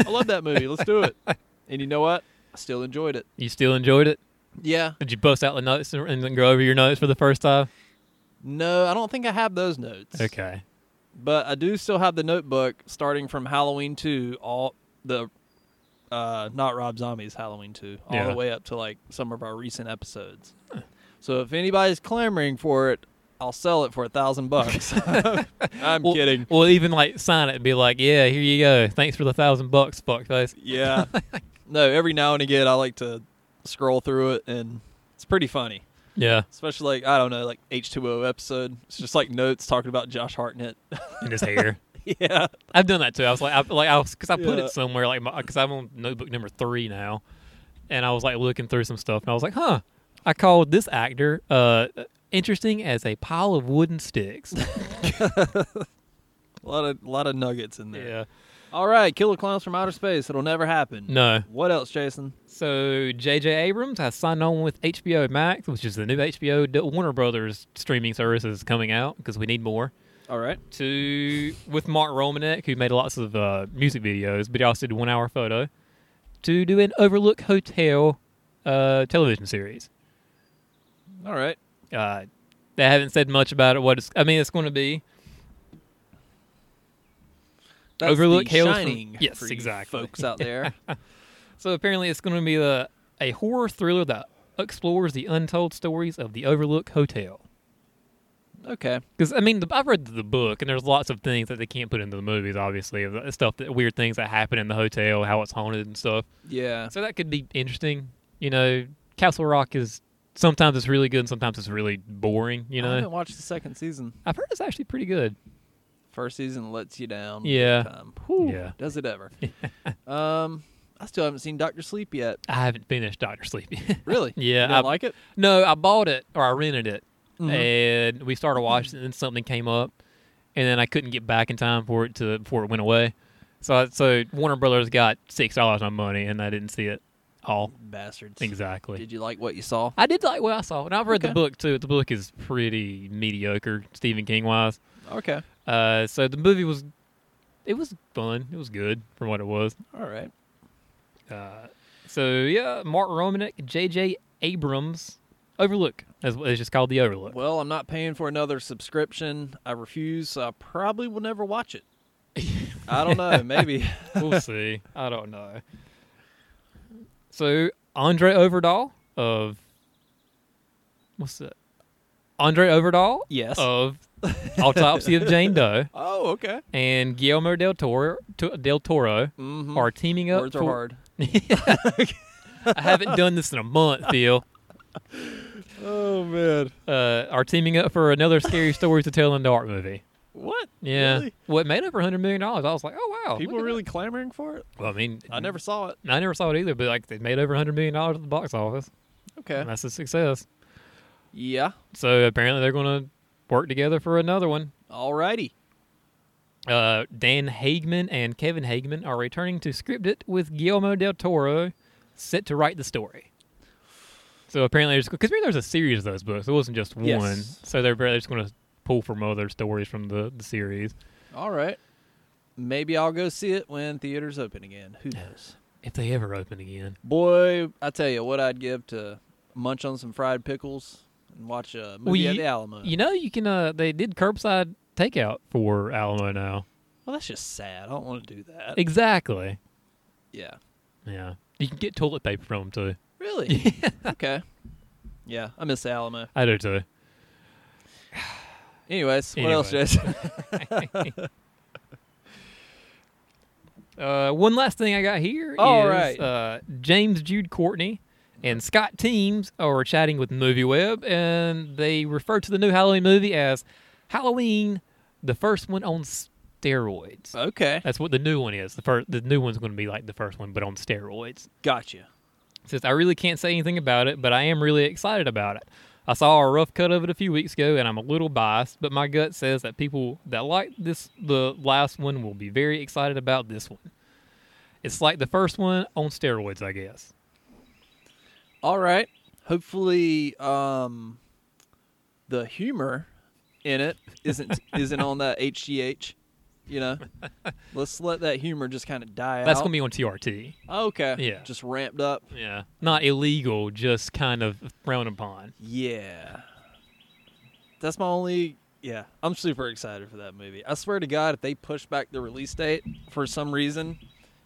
[SPEAKER 6] I love that movie. Let's *laughs* do it." And you know what? I still enjoyed it.
[SPEAKER 7] You still enjoyed it?
[SPEAKER 6] Yeah.
[SPEAKER 7] Did you bust out the notes and, and go over your notes for the first time?
[SPEAKER 6] No, I don't think I have those notes.
[SPEAKER 7] Okay.
[SPEAKER 6] But I do still have the notebook starting from Halloween 2 all the uh not Rob Zombie's Halloween 2 all
[SPEAKER 7] Yeah.
[SPEAKER 6] the way up to like some of our recent episodes. So if anybody's clamoring for it, I'll sell it for a thousand
[SPEAKER 7] *laughs*
[SPEAKER 6] bucks. *laughs* I'm
[SPEAKER 7] Well,
[SPEAKER 6] kidding.
[SPEAKER 7] Well, even like sign it and be like, yeah, here you go. Thanks for the thousand bucks, fuckface. *laughs*
[SPEAKER 6] Yeah. no, every now and again I like to scroll through it and it's pretty funny.
[SPEAKER 7] Yeah.
[SPEAKER 6] Especially like I don't know, like H2O episode. It's just like notes talking about Josh Hartnett. *laughs*
[SPEAKER 7] In his *laughs* hair.
[SPEAKER 6] yeah.
[SPEAKER 7] I've done that too. I was like, I, like I was because I put
[SPEAKER 6] Yeah.
[SPEAKER 7] it somewhere, like because I'm on notebook number three now, and I was like looking through some stuff, and I was like, huh, I called this actor uh interesting as a pile of wooden sticks.
[SPEAKER 6] A lot of lot of nuggets in there.
[SPEAKER 7] yeah.
[SPEAKER 6] All right, Killer Clowns from Outer Space. It'll never happen.
[SPEAKER 7] No.
[SPEAKER 6] What else, Jason?
[SPEAKER 7] So J.J. Abrams has signed on with HBO Max, which is the new HBO D- Warner Brothers streaming services coming out because we need more.
[SPEAKER 6] All right.
[SPEAKER 7] to with Mark Romanek, who made lots of uh, music videos, but he also did one hour photo, to do an Overlook Hotel uh, television series.
[SPEAKER 6] All right.
[SPEAKER 7] Uh, they haven't said much about it. What it's, I mean, it's going to be
[SPEAKER 6] That's
[SPEAKER 7] Overlook
[SPEAKER 6] the
[SPEAKER 7] hails from-
[SPEAKER 6] Shining.
[SPEAKER 7] Yes,
[SPEAKER 6] for you
[SPEAKER 7] exactly.
[SPEAKER 6] Folks out
[SPEAKER 7] *laughs*
[SPEAKER 6] there.
[SPEAKER 7] so. Apparently, it's going to be a, a horror thriller that explores the untold stories of the Overlook Hotel.
[SPEAKER 6] okay.
[SPEAKER 7] Because I mean, the, I've read the book, and there's lots of things that they can't put into the movies. Obviously, of the stuff that weird things that happen in the hotel, how it's haunted and stuff.
[SPEAKER 6] Yeah.
[SPEAKER 7] So that could be interesting. You know, Castle Rock is sometimes it's really good and sometimes it's really boring, you
[SPEAKER 6] I
[SPEAKER 7] know.
[SPEAKER 6] haven't watched the second season.
[SPEAKER 7] I've heard it's actually pretty good.
[SPEAKER 6] First season lets you down. big
[SPEAKER 7] Yeah.
[SPEAKER 6] time. Whew,
[SPEAKER 7] Yeah.
[SPEAKER 6] Does it
[SPEAKER 7] *laughs*
[SPEAKER 6] ever? um, I still haven't seen Doctor Sleep yet.
[SPEAKER 7] I haven't finished Doctor Sleepy.
[SPEAKER 6] Really?
[SPEAKER 7] Yeah,
[SPEAKER 6] You don't
[SPEAKER 7] I-
[SPEAKER 6] like it.
[SPEAKER 7] *laughs* no, I bought it or I rented it
[SPEAKER 6] Mm-hmm.
[SPEAKER 7] and we started watching it and then something came up and then I couldn't get back in time for it to before it went away. So I, so Warner Brothers got six dollars of my money and I didn't see it all.
[SPEAKER 6] Bastards.
[SPEAKER 7] Exactly.
[SPEAKER 6] Did you like what you saw?
[SPEAKER 7] I did like what I saw. And I've read
[SPEAKER 6] Okay.
[SPEAKER 7] the book too. The book is pretty mediocre, Stephen King wise.
[SPEAKER 6] Okay.
[SPEAKER 7] Uh, so the movie was, it was fun. It was good for what it was.
[SPEAKER 6] All right.
[SPEAKER 7] So yeah, Mark Romanek, J.J. Abrams, Overlook. That's what it's just called the Overlook.
[SPEAKER 6] Well, I'm not paying for another subscription. I refuse. So I probably will never watch
[SPEAKER 7] *laughs*
[SPEAKER 6] it. I don't know. Maybe. *laughs*
[SPEAKER 7] we'll see. I don't know. So Andre Overdahl of what's that? Andre Overdahl,
[SPEAKER 6] Yes.
[SPEAKER 7] of Autopsy of Jane Doe,
[SPEAKER 6] Oh, okay.
[SPEAKER 7] and Guillermo del Toro to- del Toro
[SPEAKER 6] Mhm.
[SPEAKER 7] are teaming up
[SPEAKER 6] Words are
[SPEAKER 7] for-
[SPEAKER 6] hard.
[SPEAKER 7] I haven't done this in a month, Phil.
[SPEAKER 6] Oh man.
[SPEAKER 7] uh, are teaming up for another
[SPEAKER 6] *laughs*
[SPEAKER 7] scary stories to tell in the dark movie.
[SPEAKER 6] What?
[SPEAKER 7] Yeah,
[SPEAKER 6] Really?
[SPEAKER 7] what made over hundred million dollars? I was like, oh wow,
[SPEAKER 6] People
[SPEAKER 7] look at
[SPEAKER 6] really clamoring for it?
[SPEAKER 7] that. Well, I mean,
[SPEAKER 6] I never saw it.
[SPEAKER 7] I never saw it either, but like they made over hundred million dollars at the box office.
[SPEAKER 6] Okay.
[SPEAKER 7] And that's a success.
[SPEAKER 6] Yeah.
[SPEAKER 7] So apparently they're going to work together for another one.
[SPEAKER 6] Alrighty.
[SPEAKER 7] Uh, Dan Hagman and Kevin Hagman are returning to script it with Guillermo del Toro, set to write the story. So apparently, there's because there's a series of those books. It wasn't just
[SPEAKER 6] Yes.
[SPEAKER 7] one. So they're apparently just going to pull from other stories from the, the series.
[SPEAKER 6] All right. Maybe I'll go see it when theaters open again. Who knows?
[SPEAKER 7] If they ever open again.
[SPEAKER 6] Boy, I tell you what I'd give to munch on some fried pickles and watch a movie at
[SPEAKER 7] you-
[SPEAKER 6] the Alamo.
[SPEAKER 7] You know, you can. Uh, they did curbside takeout for Alamo now.
[SPEAKER 6] well, that's just sad. I don't want to do that.
[SPEAKER 7] Exactly.
[SPEAKER 6] yeah.
[SPEAKER 7] Yeah, you can get toilet paper from them *laughs* too.
[SPEAKER 6] *laughs* Really? okay. Yeah, I miss the Alamo.
[SPEAKER 7] I do too.
[SPEAKER 6] Anyways, what else,
[SPEAKER 7] Anyway.
[SPEAKER 6] Jason?
[SPEAKER 7] *laughs* Uh, one last thing I got here is
[SPEAKER 6] All right.
[SPEAKER 7] uh, James Jude Courtney and Scott Teams are chatting with MovieWeb, and they refer to the new Halloween movie as Halloween, the first one on
[SPEAKER 6] *laughs*
[SPEAKER 7] steroids.
[SPEAKER 6] okay.
[SPEAKER 7] That's what the new one is. The first, the new one's going to be like the first one, but on steroids.
[SPEAKER 6] Gotcha.
[SPEAKER 7] Says I really can't say anything about it, but I am really excited about it. I saw a rough cut of it a few weeks ago, and I'm a little biased, but my gut says that people that like this, the last one, will be very excited about this one. It's like the first one on steroids, I guess.
[SPEAKER 6] All right. Hopefully, um, the humor in it
[SPEAKER 7] *laughs*
[SPEAKER 6] isn't isn't on that HGH. You know, let's let that humor just kind of die
[SPEAKER 7] That's
[SPEAKER 6] out.
[SPEAKER 7] gonna be on TRT.
[SPEAKER 6] okay.
[SPEAKER 7] Yeah.
[SPEAKER 6] just ramped up.
[SPEAKER 7] Yeah, not illegal, just kind of frowned upon.
[SPEAKER 6] Yeah, that's my only. Yeah, I'm super excited for that movie. I swear to God, if they push back the release date for some reason,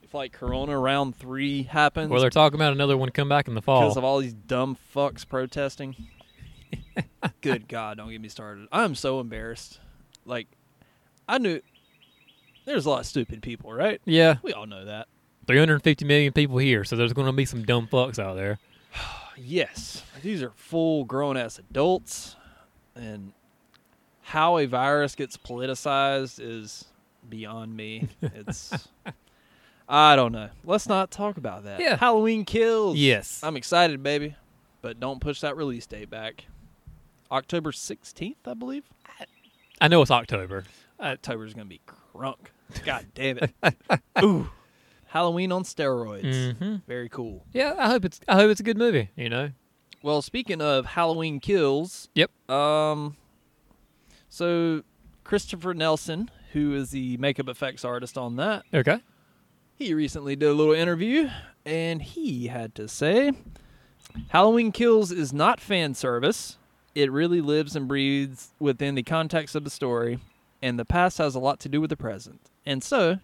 [SPEAKER 6] if like Corona round three happens,
[SPEAKER 7] Well, they're talking about another one come back in the fall.
[SPEAKER 6] because of all these dumb fucks protesting. Good God, don't get me started. I'm so embarrassed. Like, I knew there's a lot of stupid people, right?
[SPEAKER 7] yeah,
[SPEAKER 6] We all know that.
[SPEAKER 7] 350 million people here, so there's gonna be some dumb fucks out there.
[SPEAKER 6] Yes, these are full grown ass adults, and how a virus gets politicized is beyond me. It's. I don't know. Let's not talk about that.
[SPEAKER 7] Yeah.
[SPEAKER 6] Halloween kills.
[SPEAKER 7] Yes.
[SPEAKER 6] I'm excited, baby, but don't push that release date back. October 16th, I believe.
[SPEAKER 7] I know it's October.
[SPEAKER 6] October's going to be crunk. God damn it. Ooh. Halloween on steroids.
[SPEAKER 7] Mhm.
[SPEAKER 6] Very cool.
[SPEAKER 7] Yeah, I hope it's I hope it's a good movie. You know.
[SPEAKER 6] Well, speaking of Halloween kills,
[SPEAKER 7] Yep.
[SPEAKER 6] Um, so Christopher Nelson, who is the makeup effects artist on that,
[SPEAKER 7] Okay.
[SPEAKER 6] he recently did a little interview, and he had to say, "Halloween Kills is not fan service. It really lives and breathes within the context of the story, and the past has a lot to do with the present. And so,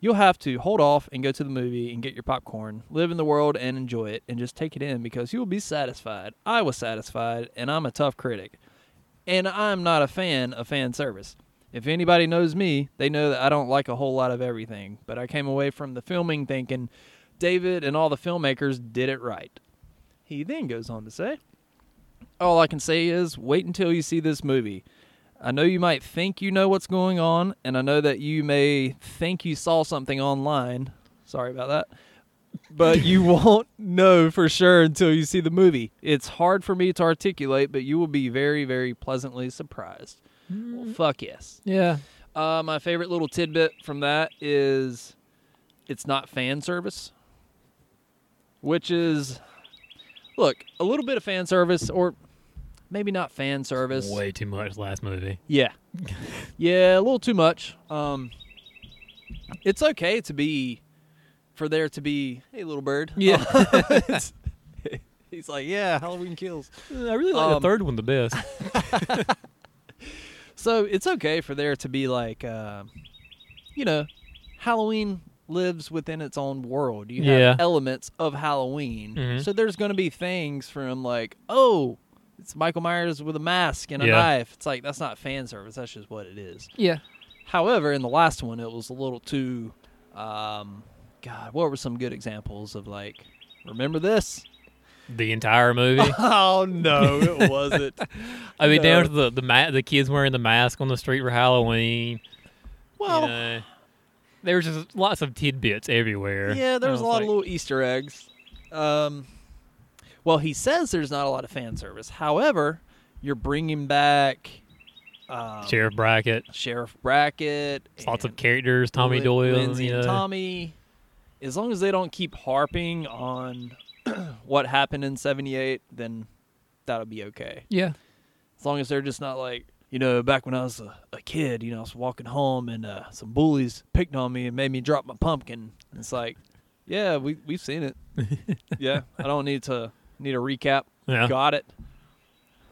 [SPEAKER 6] you'll have to hold off and go to the movie and get your popcorn, live in the world and enjoy it, and just take it in because you will be satisfied. I was satisfied, and I'm a tough critic, and I'm not a fan of fan service. If anybody knows me, they know that I don't like a whole lot of everything, but I came away from the filming thinking David and all the filmmakers did it right. He then goes on to say, All I can say is wait until you see this movie. I know you might think you know what's going on, and I know that you may think you saw something online. Sorry about that. But you won't know for sure until you see the movie. It's hard for me to articulate, but you will be very, very pleasantly surprised. Well, fuck yes.
[SPEAKER 7] Yeah.
[SPEAKER 6] Uh, my favorite little tidbit from that is it's not fan service, which is look a little bit of fan service, or maybe not fan service.
[SPEAKER 7] Way too much last movie.
[SPEAKER 6] Yeah, yeah, a little too much. Um, it's okay to be for there to be hey little bird.
[SPEAKER 7] Yeah.
[SPEAKER 6] *laughs* It's- he's like yeah, Halloween kills.
[SPEAKER 7] I really
[SPEAKER 6] like the
[SPEAKER 7] third one the *laughs* best.
[SPEAKER 6] So it's okay for there to be like, uh, you know, Halloween lives within its own world. You have
[SPEAKER 7] Yeah.
[SPEAKER 6] elements of Halloween.
[SPEAKER 7] Mhm.
[SPEAKER 6] So there's going to be things from like, oh, it's Michael Myers with a mask and a
[SPEAKER 7] Yeah.
[SPEAKER 6] knife. It's like, that's not fan service. That's just what it is.
[SPEAKER 7] yeah.
[SPEAKER 6] However, in the last one, it was a little too, um, God, what were some good examples of like, remember this?
[SPEAKER 7] The
[SPEAKER 6] *laughs*
[SPEAKER 7] entire movie.
[SPEAKER 6] Oh, no, it wasn't.
[SPEAKER 7] I mean, down
[SPEAKER 6] No.
[SPEAKER 7] to the the ma- the kids wearing the mask on the street for Halloween.
[SPEAKER 6] *laughs* well,
[SPEAKER 7] you know. there was just lots of tidbits everywhere.
[SPEAKER 6] Yeah, there
[SPEAKER 7] I
[SPEAKER 6] was a lot of
[SPEAKER 7] like,
[SPEAKER 6] little Easter eggs. Um, well, he says there's not a lot of fan service. However, you're bringing back um,
[SPEAKER 7] Sheriff Brackett.
[SPEAKER 6] Sheriff Brackett,
[SPEAKER 7] Lots of
[SPEAKER 6] and
[SPEAKER 7] characters. Tommy
[SPEAKER 6] Lin-
[SPEAKER 7] Doyle.
[SPEAKER 6] Lindsay,
[SPEAKER 7] you
[SPEAKER 6] and
[SPEAKER 7] know.
[SPEAKER 6] Tommy. As long as they don't keep harping on *clears throat* what happened in '78, then that'll be okay.
[SPEAKER 7] Yeah.
[SPEAKER 6] As long as they're just not like, you know, back when I was a, a kid, you know, I was walking home and uh, some bullies picked on me and made me drop my pumpkin. It's like, yeah, we we've seen it. yeah, I don't need to need a recap.
[SPEAKER 7] Yeah.
[SPEAKER 6] Got it.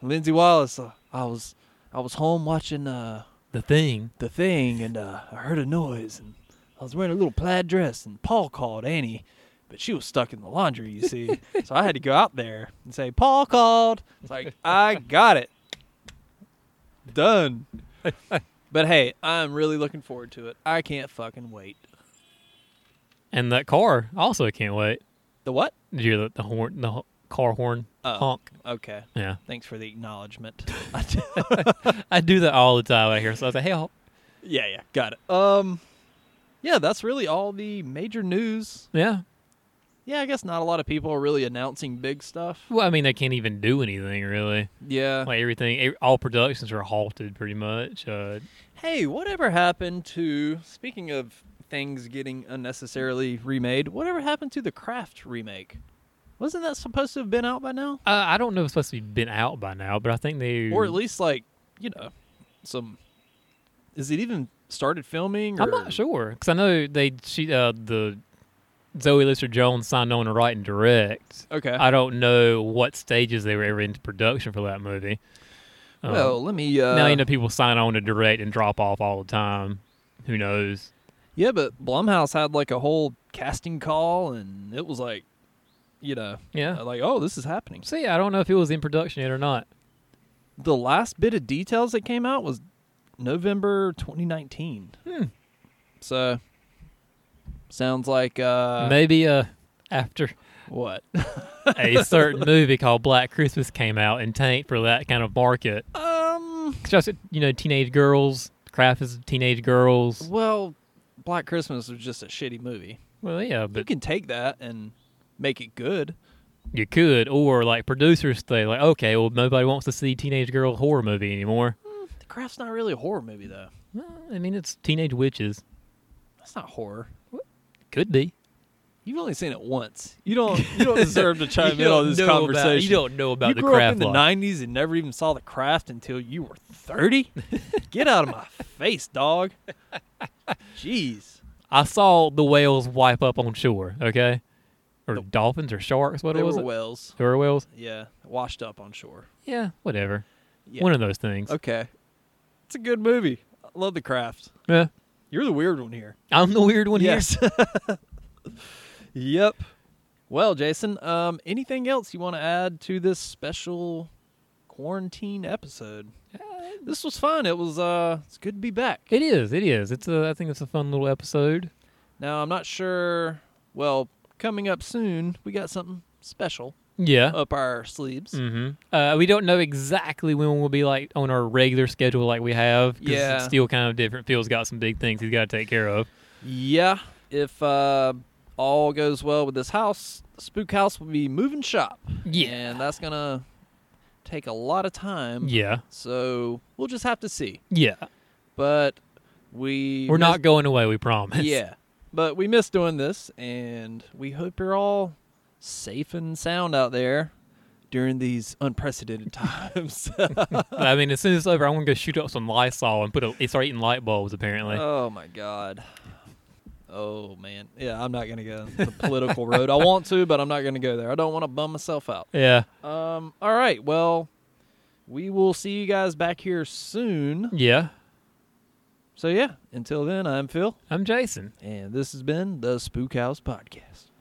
[SPEAKER 6] Lindsay Wallace, uh, I was I was home watching uh,
[SPEAKER 7] The thing.
[SPEAKER 6] the thing and uh, I heard a noise and I was wearing a little plaid dress and Paul called Annie, but she was stuck in the laundry, you see. so I had to go out there and say, Paul called. It's like, I got it. Done. but hey, I'm really looking forward to it. I can't fucking wait.
[SPEAKER 7] And that car. Also, can't wait.
[SPEAKER 6] The what?
[SPEAKER 7] Did you hear the, the horn? The ho- car horn
[SPEAKER 6] Oh.
[SPEAKER 7] honk.
[SPEAKER 6] Okay.
[SPEAKER 7] Yeah.
[SPEAKER 6] Thanks for the acknowledgement. *laughs*
[SPEAKER 7] I do that all the time out here. So I was like, hey, I'll-
[SPEAKER 6] yeah, yeah. Got it. Um yeah, that's really all the major news
[SPEAKER 7] yeah.
[SPEAKER 6] Yeah, I guess not a lot of people are really announcing big stuff.
[SPEAKER 7] Well, I mean, they can't even do anything really.
[SPEAKER 6] Yeah.
[SPEAKER 7] Like everything, e- all productions are halted pretty much. Uh,
[SPEAKER 6] hey, whatever happened to speaking of things getting unnecessarily remade, whatever happened to the Craft remake? Wasn't that supposed to have been out by now?
[SPEAKER 7] uh, I don't know if it's supposed to be been out by now, but I think they
[SPEAKER 6] Or at least like, you know, some Is it even started filming or
[SPEAKER 7] I'm not sure because I know they she uh, the Zoe Lister Jones signed on to write and direct.
[SPEAKER 6] Okay.
[SPEAKER 7] I don't know what stages they were ever into production for that movie. Um,
[SPEAKER 6] well, let me uh
[SPEAKER 7] now you know people sign on to direct and drop off all the time. Who knows?
[SPEAKER 6] Yeah, but Blumhouse had like a whole casting call, and it was like, you know,
[SPEAKER 7] Yeah.
[SPEAKER 6] like oh, this is happening.
[SPEAKER 7] See, I don't know if it was in production yet or not.
[SPEAKER 6] The last bit of details that came out was November 2019.
[SPEAKER 7] Hmm.
[SPEAKER 6] So sounds like uh,
[SPEAKER 7] Maybe uh, after *laughs*
[SPEAKER 6] what? *laughs*
[SPEAKER 7] a certain movie called Black Christmas came out and tanked for that kind of market.
[SPEAKER 6] um,
[SPEAKER 7] It's Just you know, teenage girls. Craft is teenage girls.
[SPEAKER 6] well, Black Christmas was just a shitty movie.
[SPEAKER 7] Well, yeah,
[SPEAKER 6] You
[SPEAKER 7] but
[SPEAKER 6] can take that and make it good.
[SPEAKER 7] You could, or like producers say, like, okay, well, nobody wants to see teenage girl horror movie anymore.
[SPEAKER 6] The Craft's not really a horror movie though.
[SPEAKER 7] Well, I mean, it's teenage witches.
[SPEAKER 6] That's not horror.
[SPEAKER 7] Could be.
[SPEAKER 6] You've only seen it once. You don't. *laughs* You
[SPEAKER 7] *laughs*
[SPEAKER 6] don't deserve to chime in on this
[SPEAKER 7] don't know about-
[SPEAKER 6] conversation.
[SPEAKER 7] you don't know about
[SPEAKER 6] you
[SPEAKER 7] the
[SPEAKER 6] grew up
[SPEAKER 7] craft
[SPEAKER 6] in the
[SPEAKER 7] lot.
[SPEAKER 6] '90s and never even saw the craft until you were 30.
[SPEAKER 7] *laughs*
[SPEAKER 6] Get out of my face, dog. Jeez.
[SPEAKER 7] I saw the whales wipe up on shore. Okay, or
[SPEAKER 6] The-
[SPEAKER 7] dolphins or sharks. What
[SPEAKER 6] they
[SPEAKER 7] was
[SPEAKER 6] were
[SPEAKER 7] it?
[SPEAKER 6] whales.
[SPEAKER 7] They were whales.
[SPEAKER 6] Yeah, washed up on shore.
[SPEAKER 7] Yeah, whatever.
[SPEAKER 6] Yeah.
[SPEAKER 7] One of those things.
[SPEAKER 6] Okay. It's a good movie. I love the craft.
[SPEAKER 7] Yeah.
[SPEAKER 6] You're the weird one here.
[SPEAKER 7] I'm the weird one
[SPEAKER 6] Yes. *laughs* yep. Well, Jason, um, anything else you want to add to this special quarantine episode? This was fun. It was uh it's good to be back.
[SPEAKER 7] here. It is. It is. It's a. I think it's a fun little episode.
[SPEAKER 6] Now I'm not sure well, coming up soon, we got something
[SPEAKER 7] *laughs*
[SPEAKER 6] special
[SPEAKER 7] Yeah.
[SPEAKER 6] up our sleeves.
[SPEAKER 7] hmm Uh, we don't know exactly when we'll be like on our regular schedule like we have. 'cause
[SPEAKER 6] Yeah.
[SPEAKER 7] It's still kind of different. Phil's got some big things he's got to take care of.
[SPEAKER 6] Yeah. If uh all goes well with this house, Spook House will be moving shop.
[SPEAKER 7] Yeah.
[SPEAKER 6] And that's gonna take a lot of time.
[SPEAKER 7] Yeah.
[SPEAKER 6] So we'll just have to see.
[SPEAKER 7] Yeah.
[SPEAKER 6] But we
[SPEAKER 7] We're not
[SPEAKER 6] miss-
[SPEAKER 7] going away, we promise.
[SPEAKER 6] Yeah. But we miss doing this and we hope you're all safe and sound out there during these unprecedented *laughs* times.
[SPEAKER 7] But, *laughs* I mean, as soon as it's over, I'm going to go shoot up some Lysol and put a, start eating light bulbs, apparently.
[SPEAKER 6] Oh my god. Oh man. Yeah, I'm not gonna go the political road. I want to, but I'm not gonna go there. I don't want to bum myself out.
[SPEAKER 7] yeah.
[SPEAKER 6] Um. All right. Well, we will see you guys back here soon.
[SPEAKER 7] Yeah.
[SPEAKER 6] So yeah. Until then, I'm Phil,
[SPEAKER 7] I'm Jason.
[SPEAKER 6] and this has been the Spook House Podcast.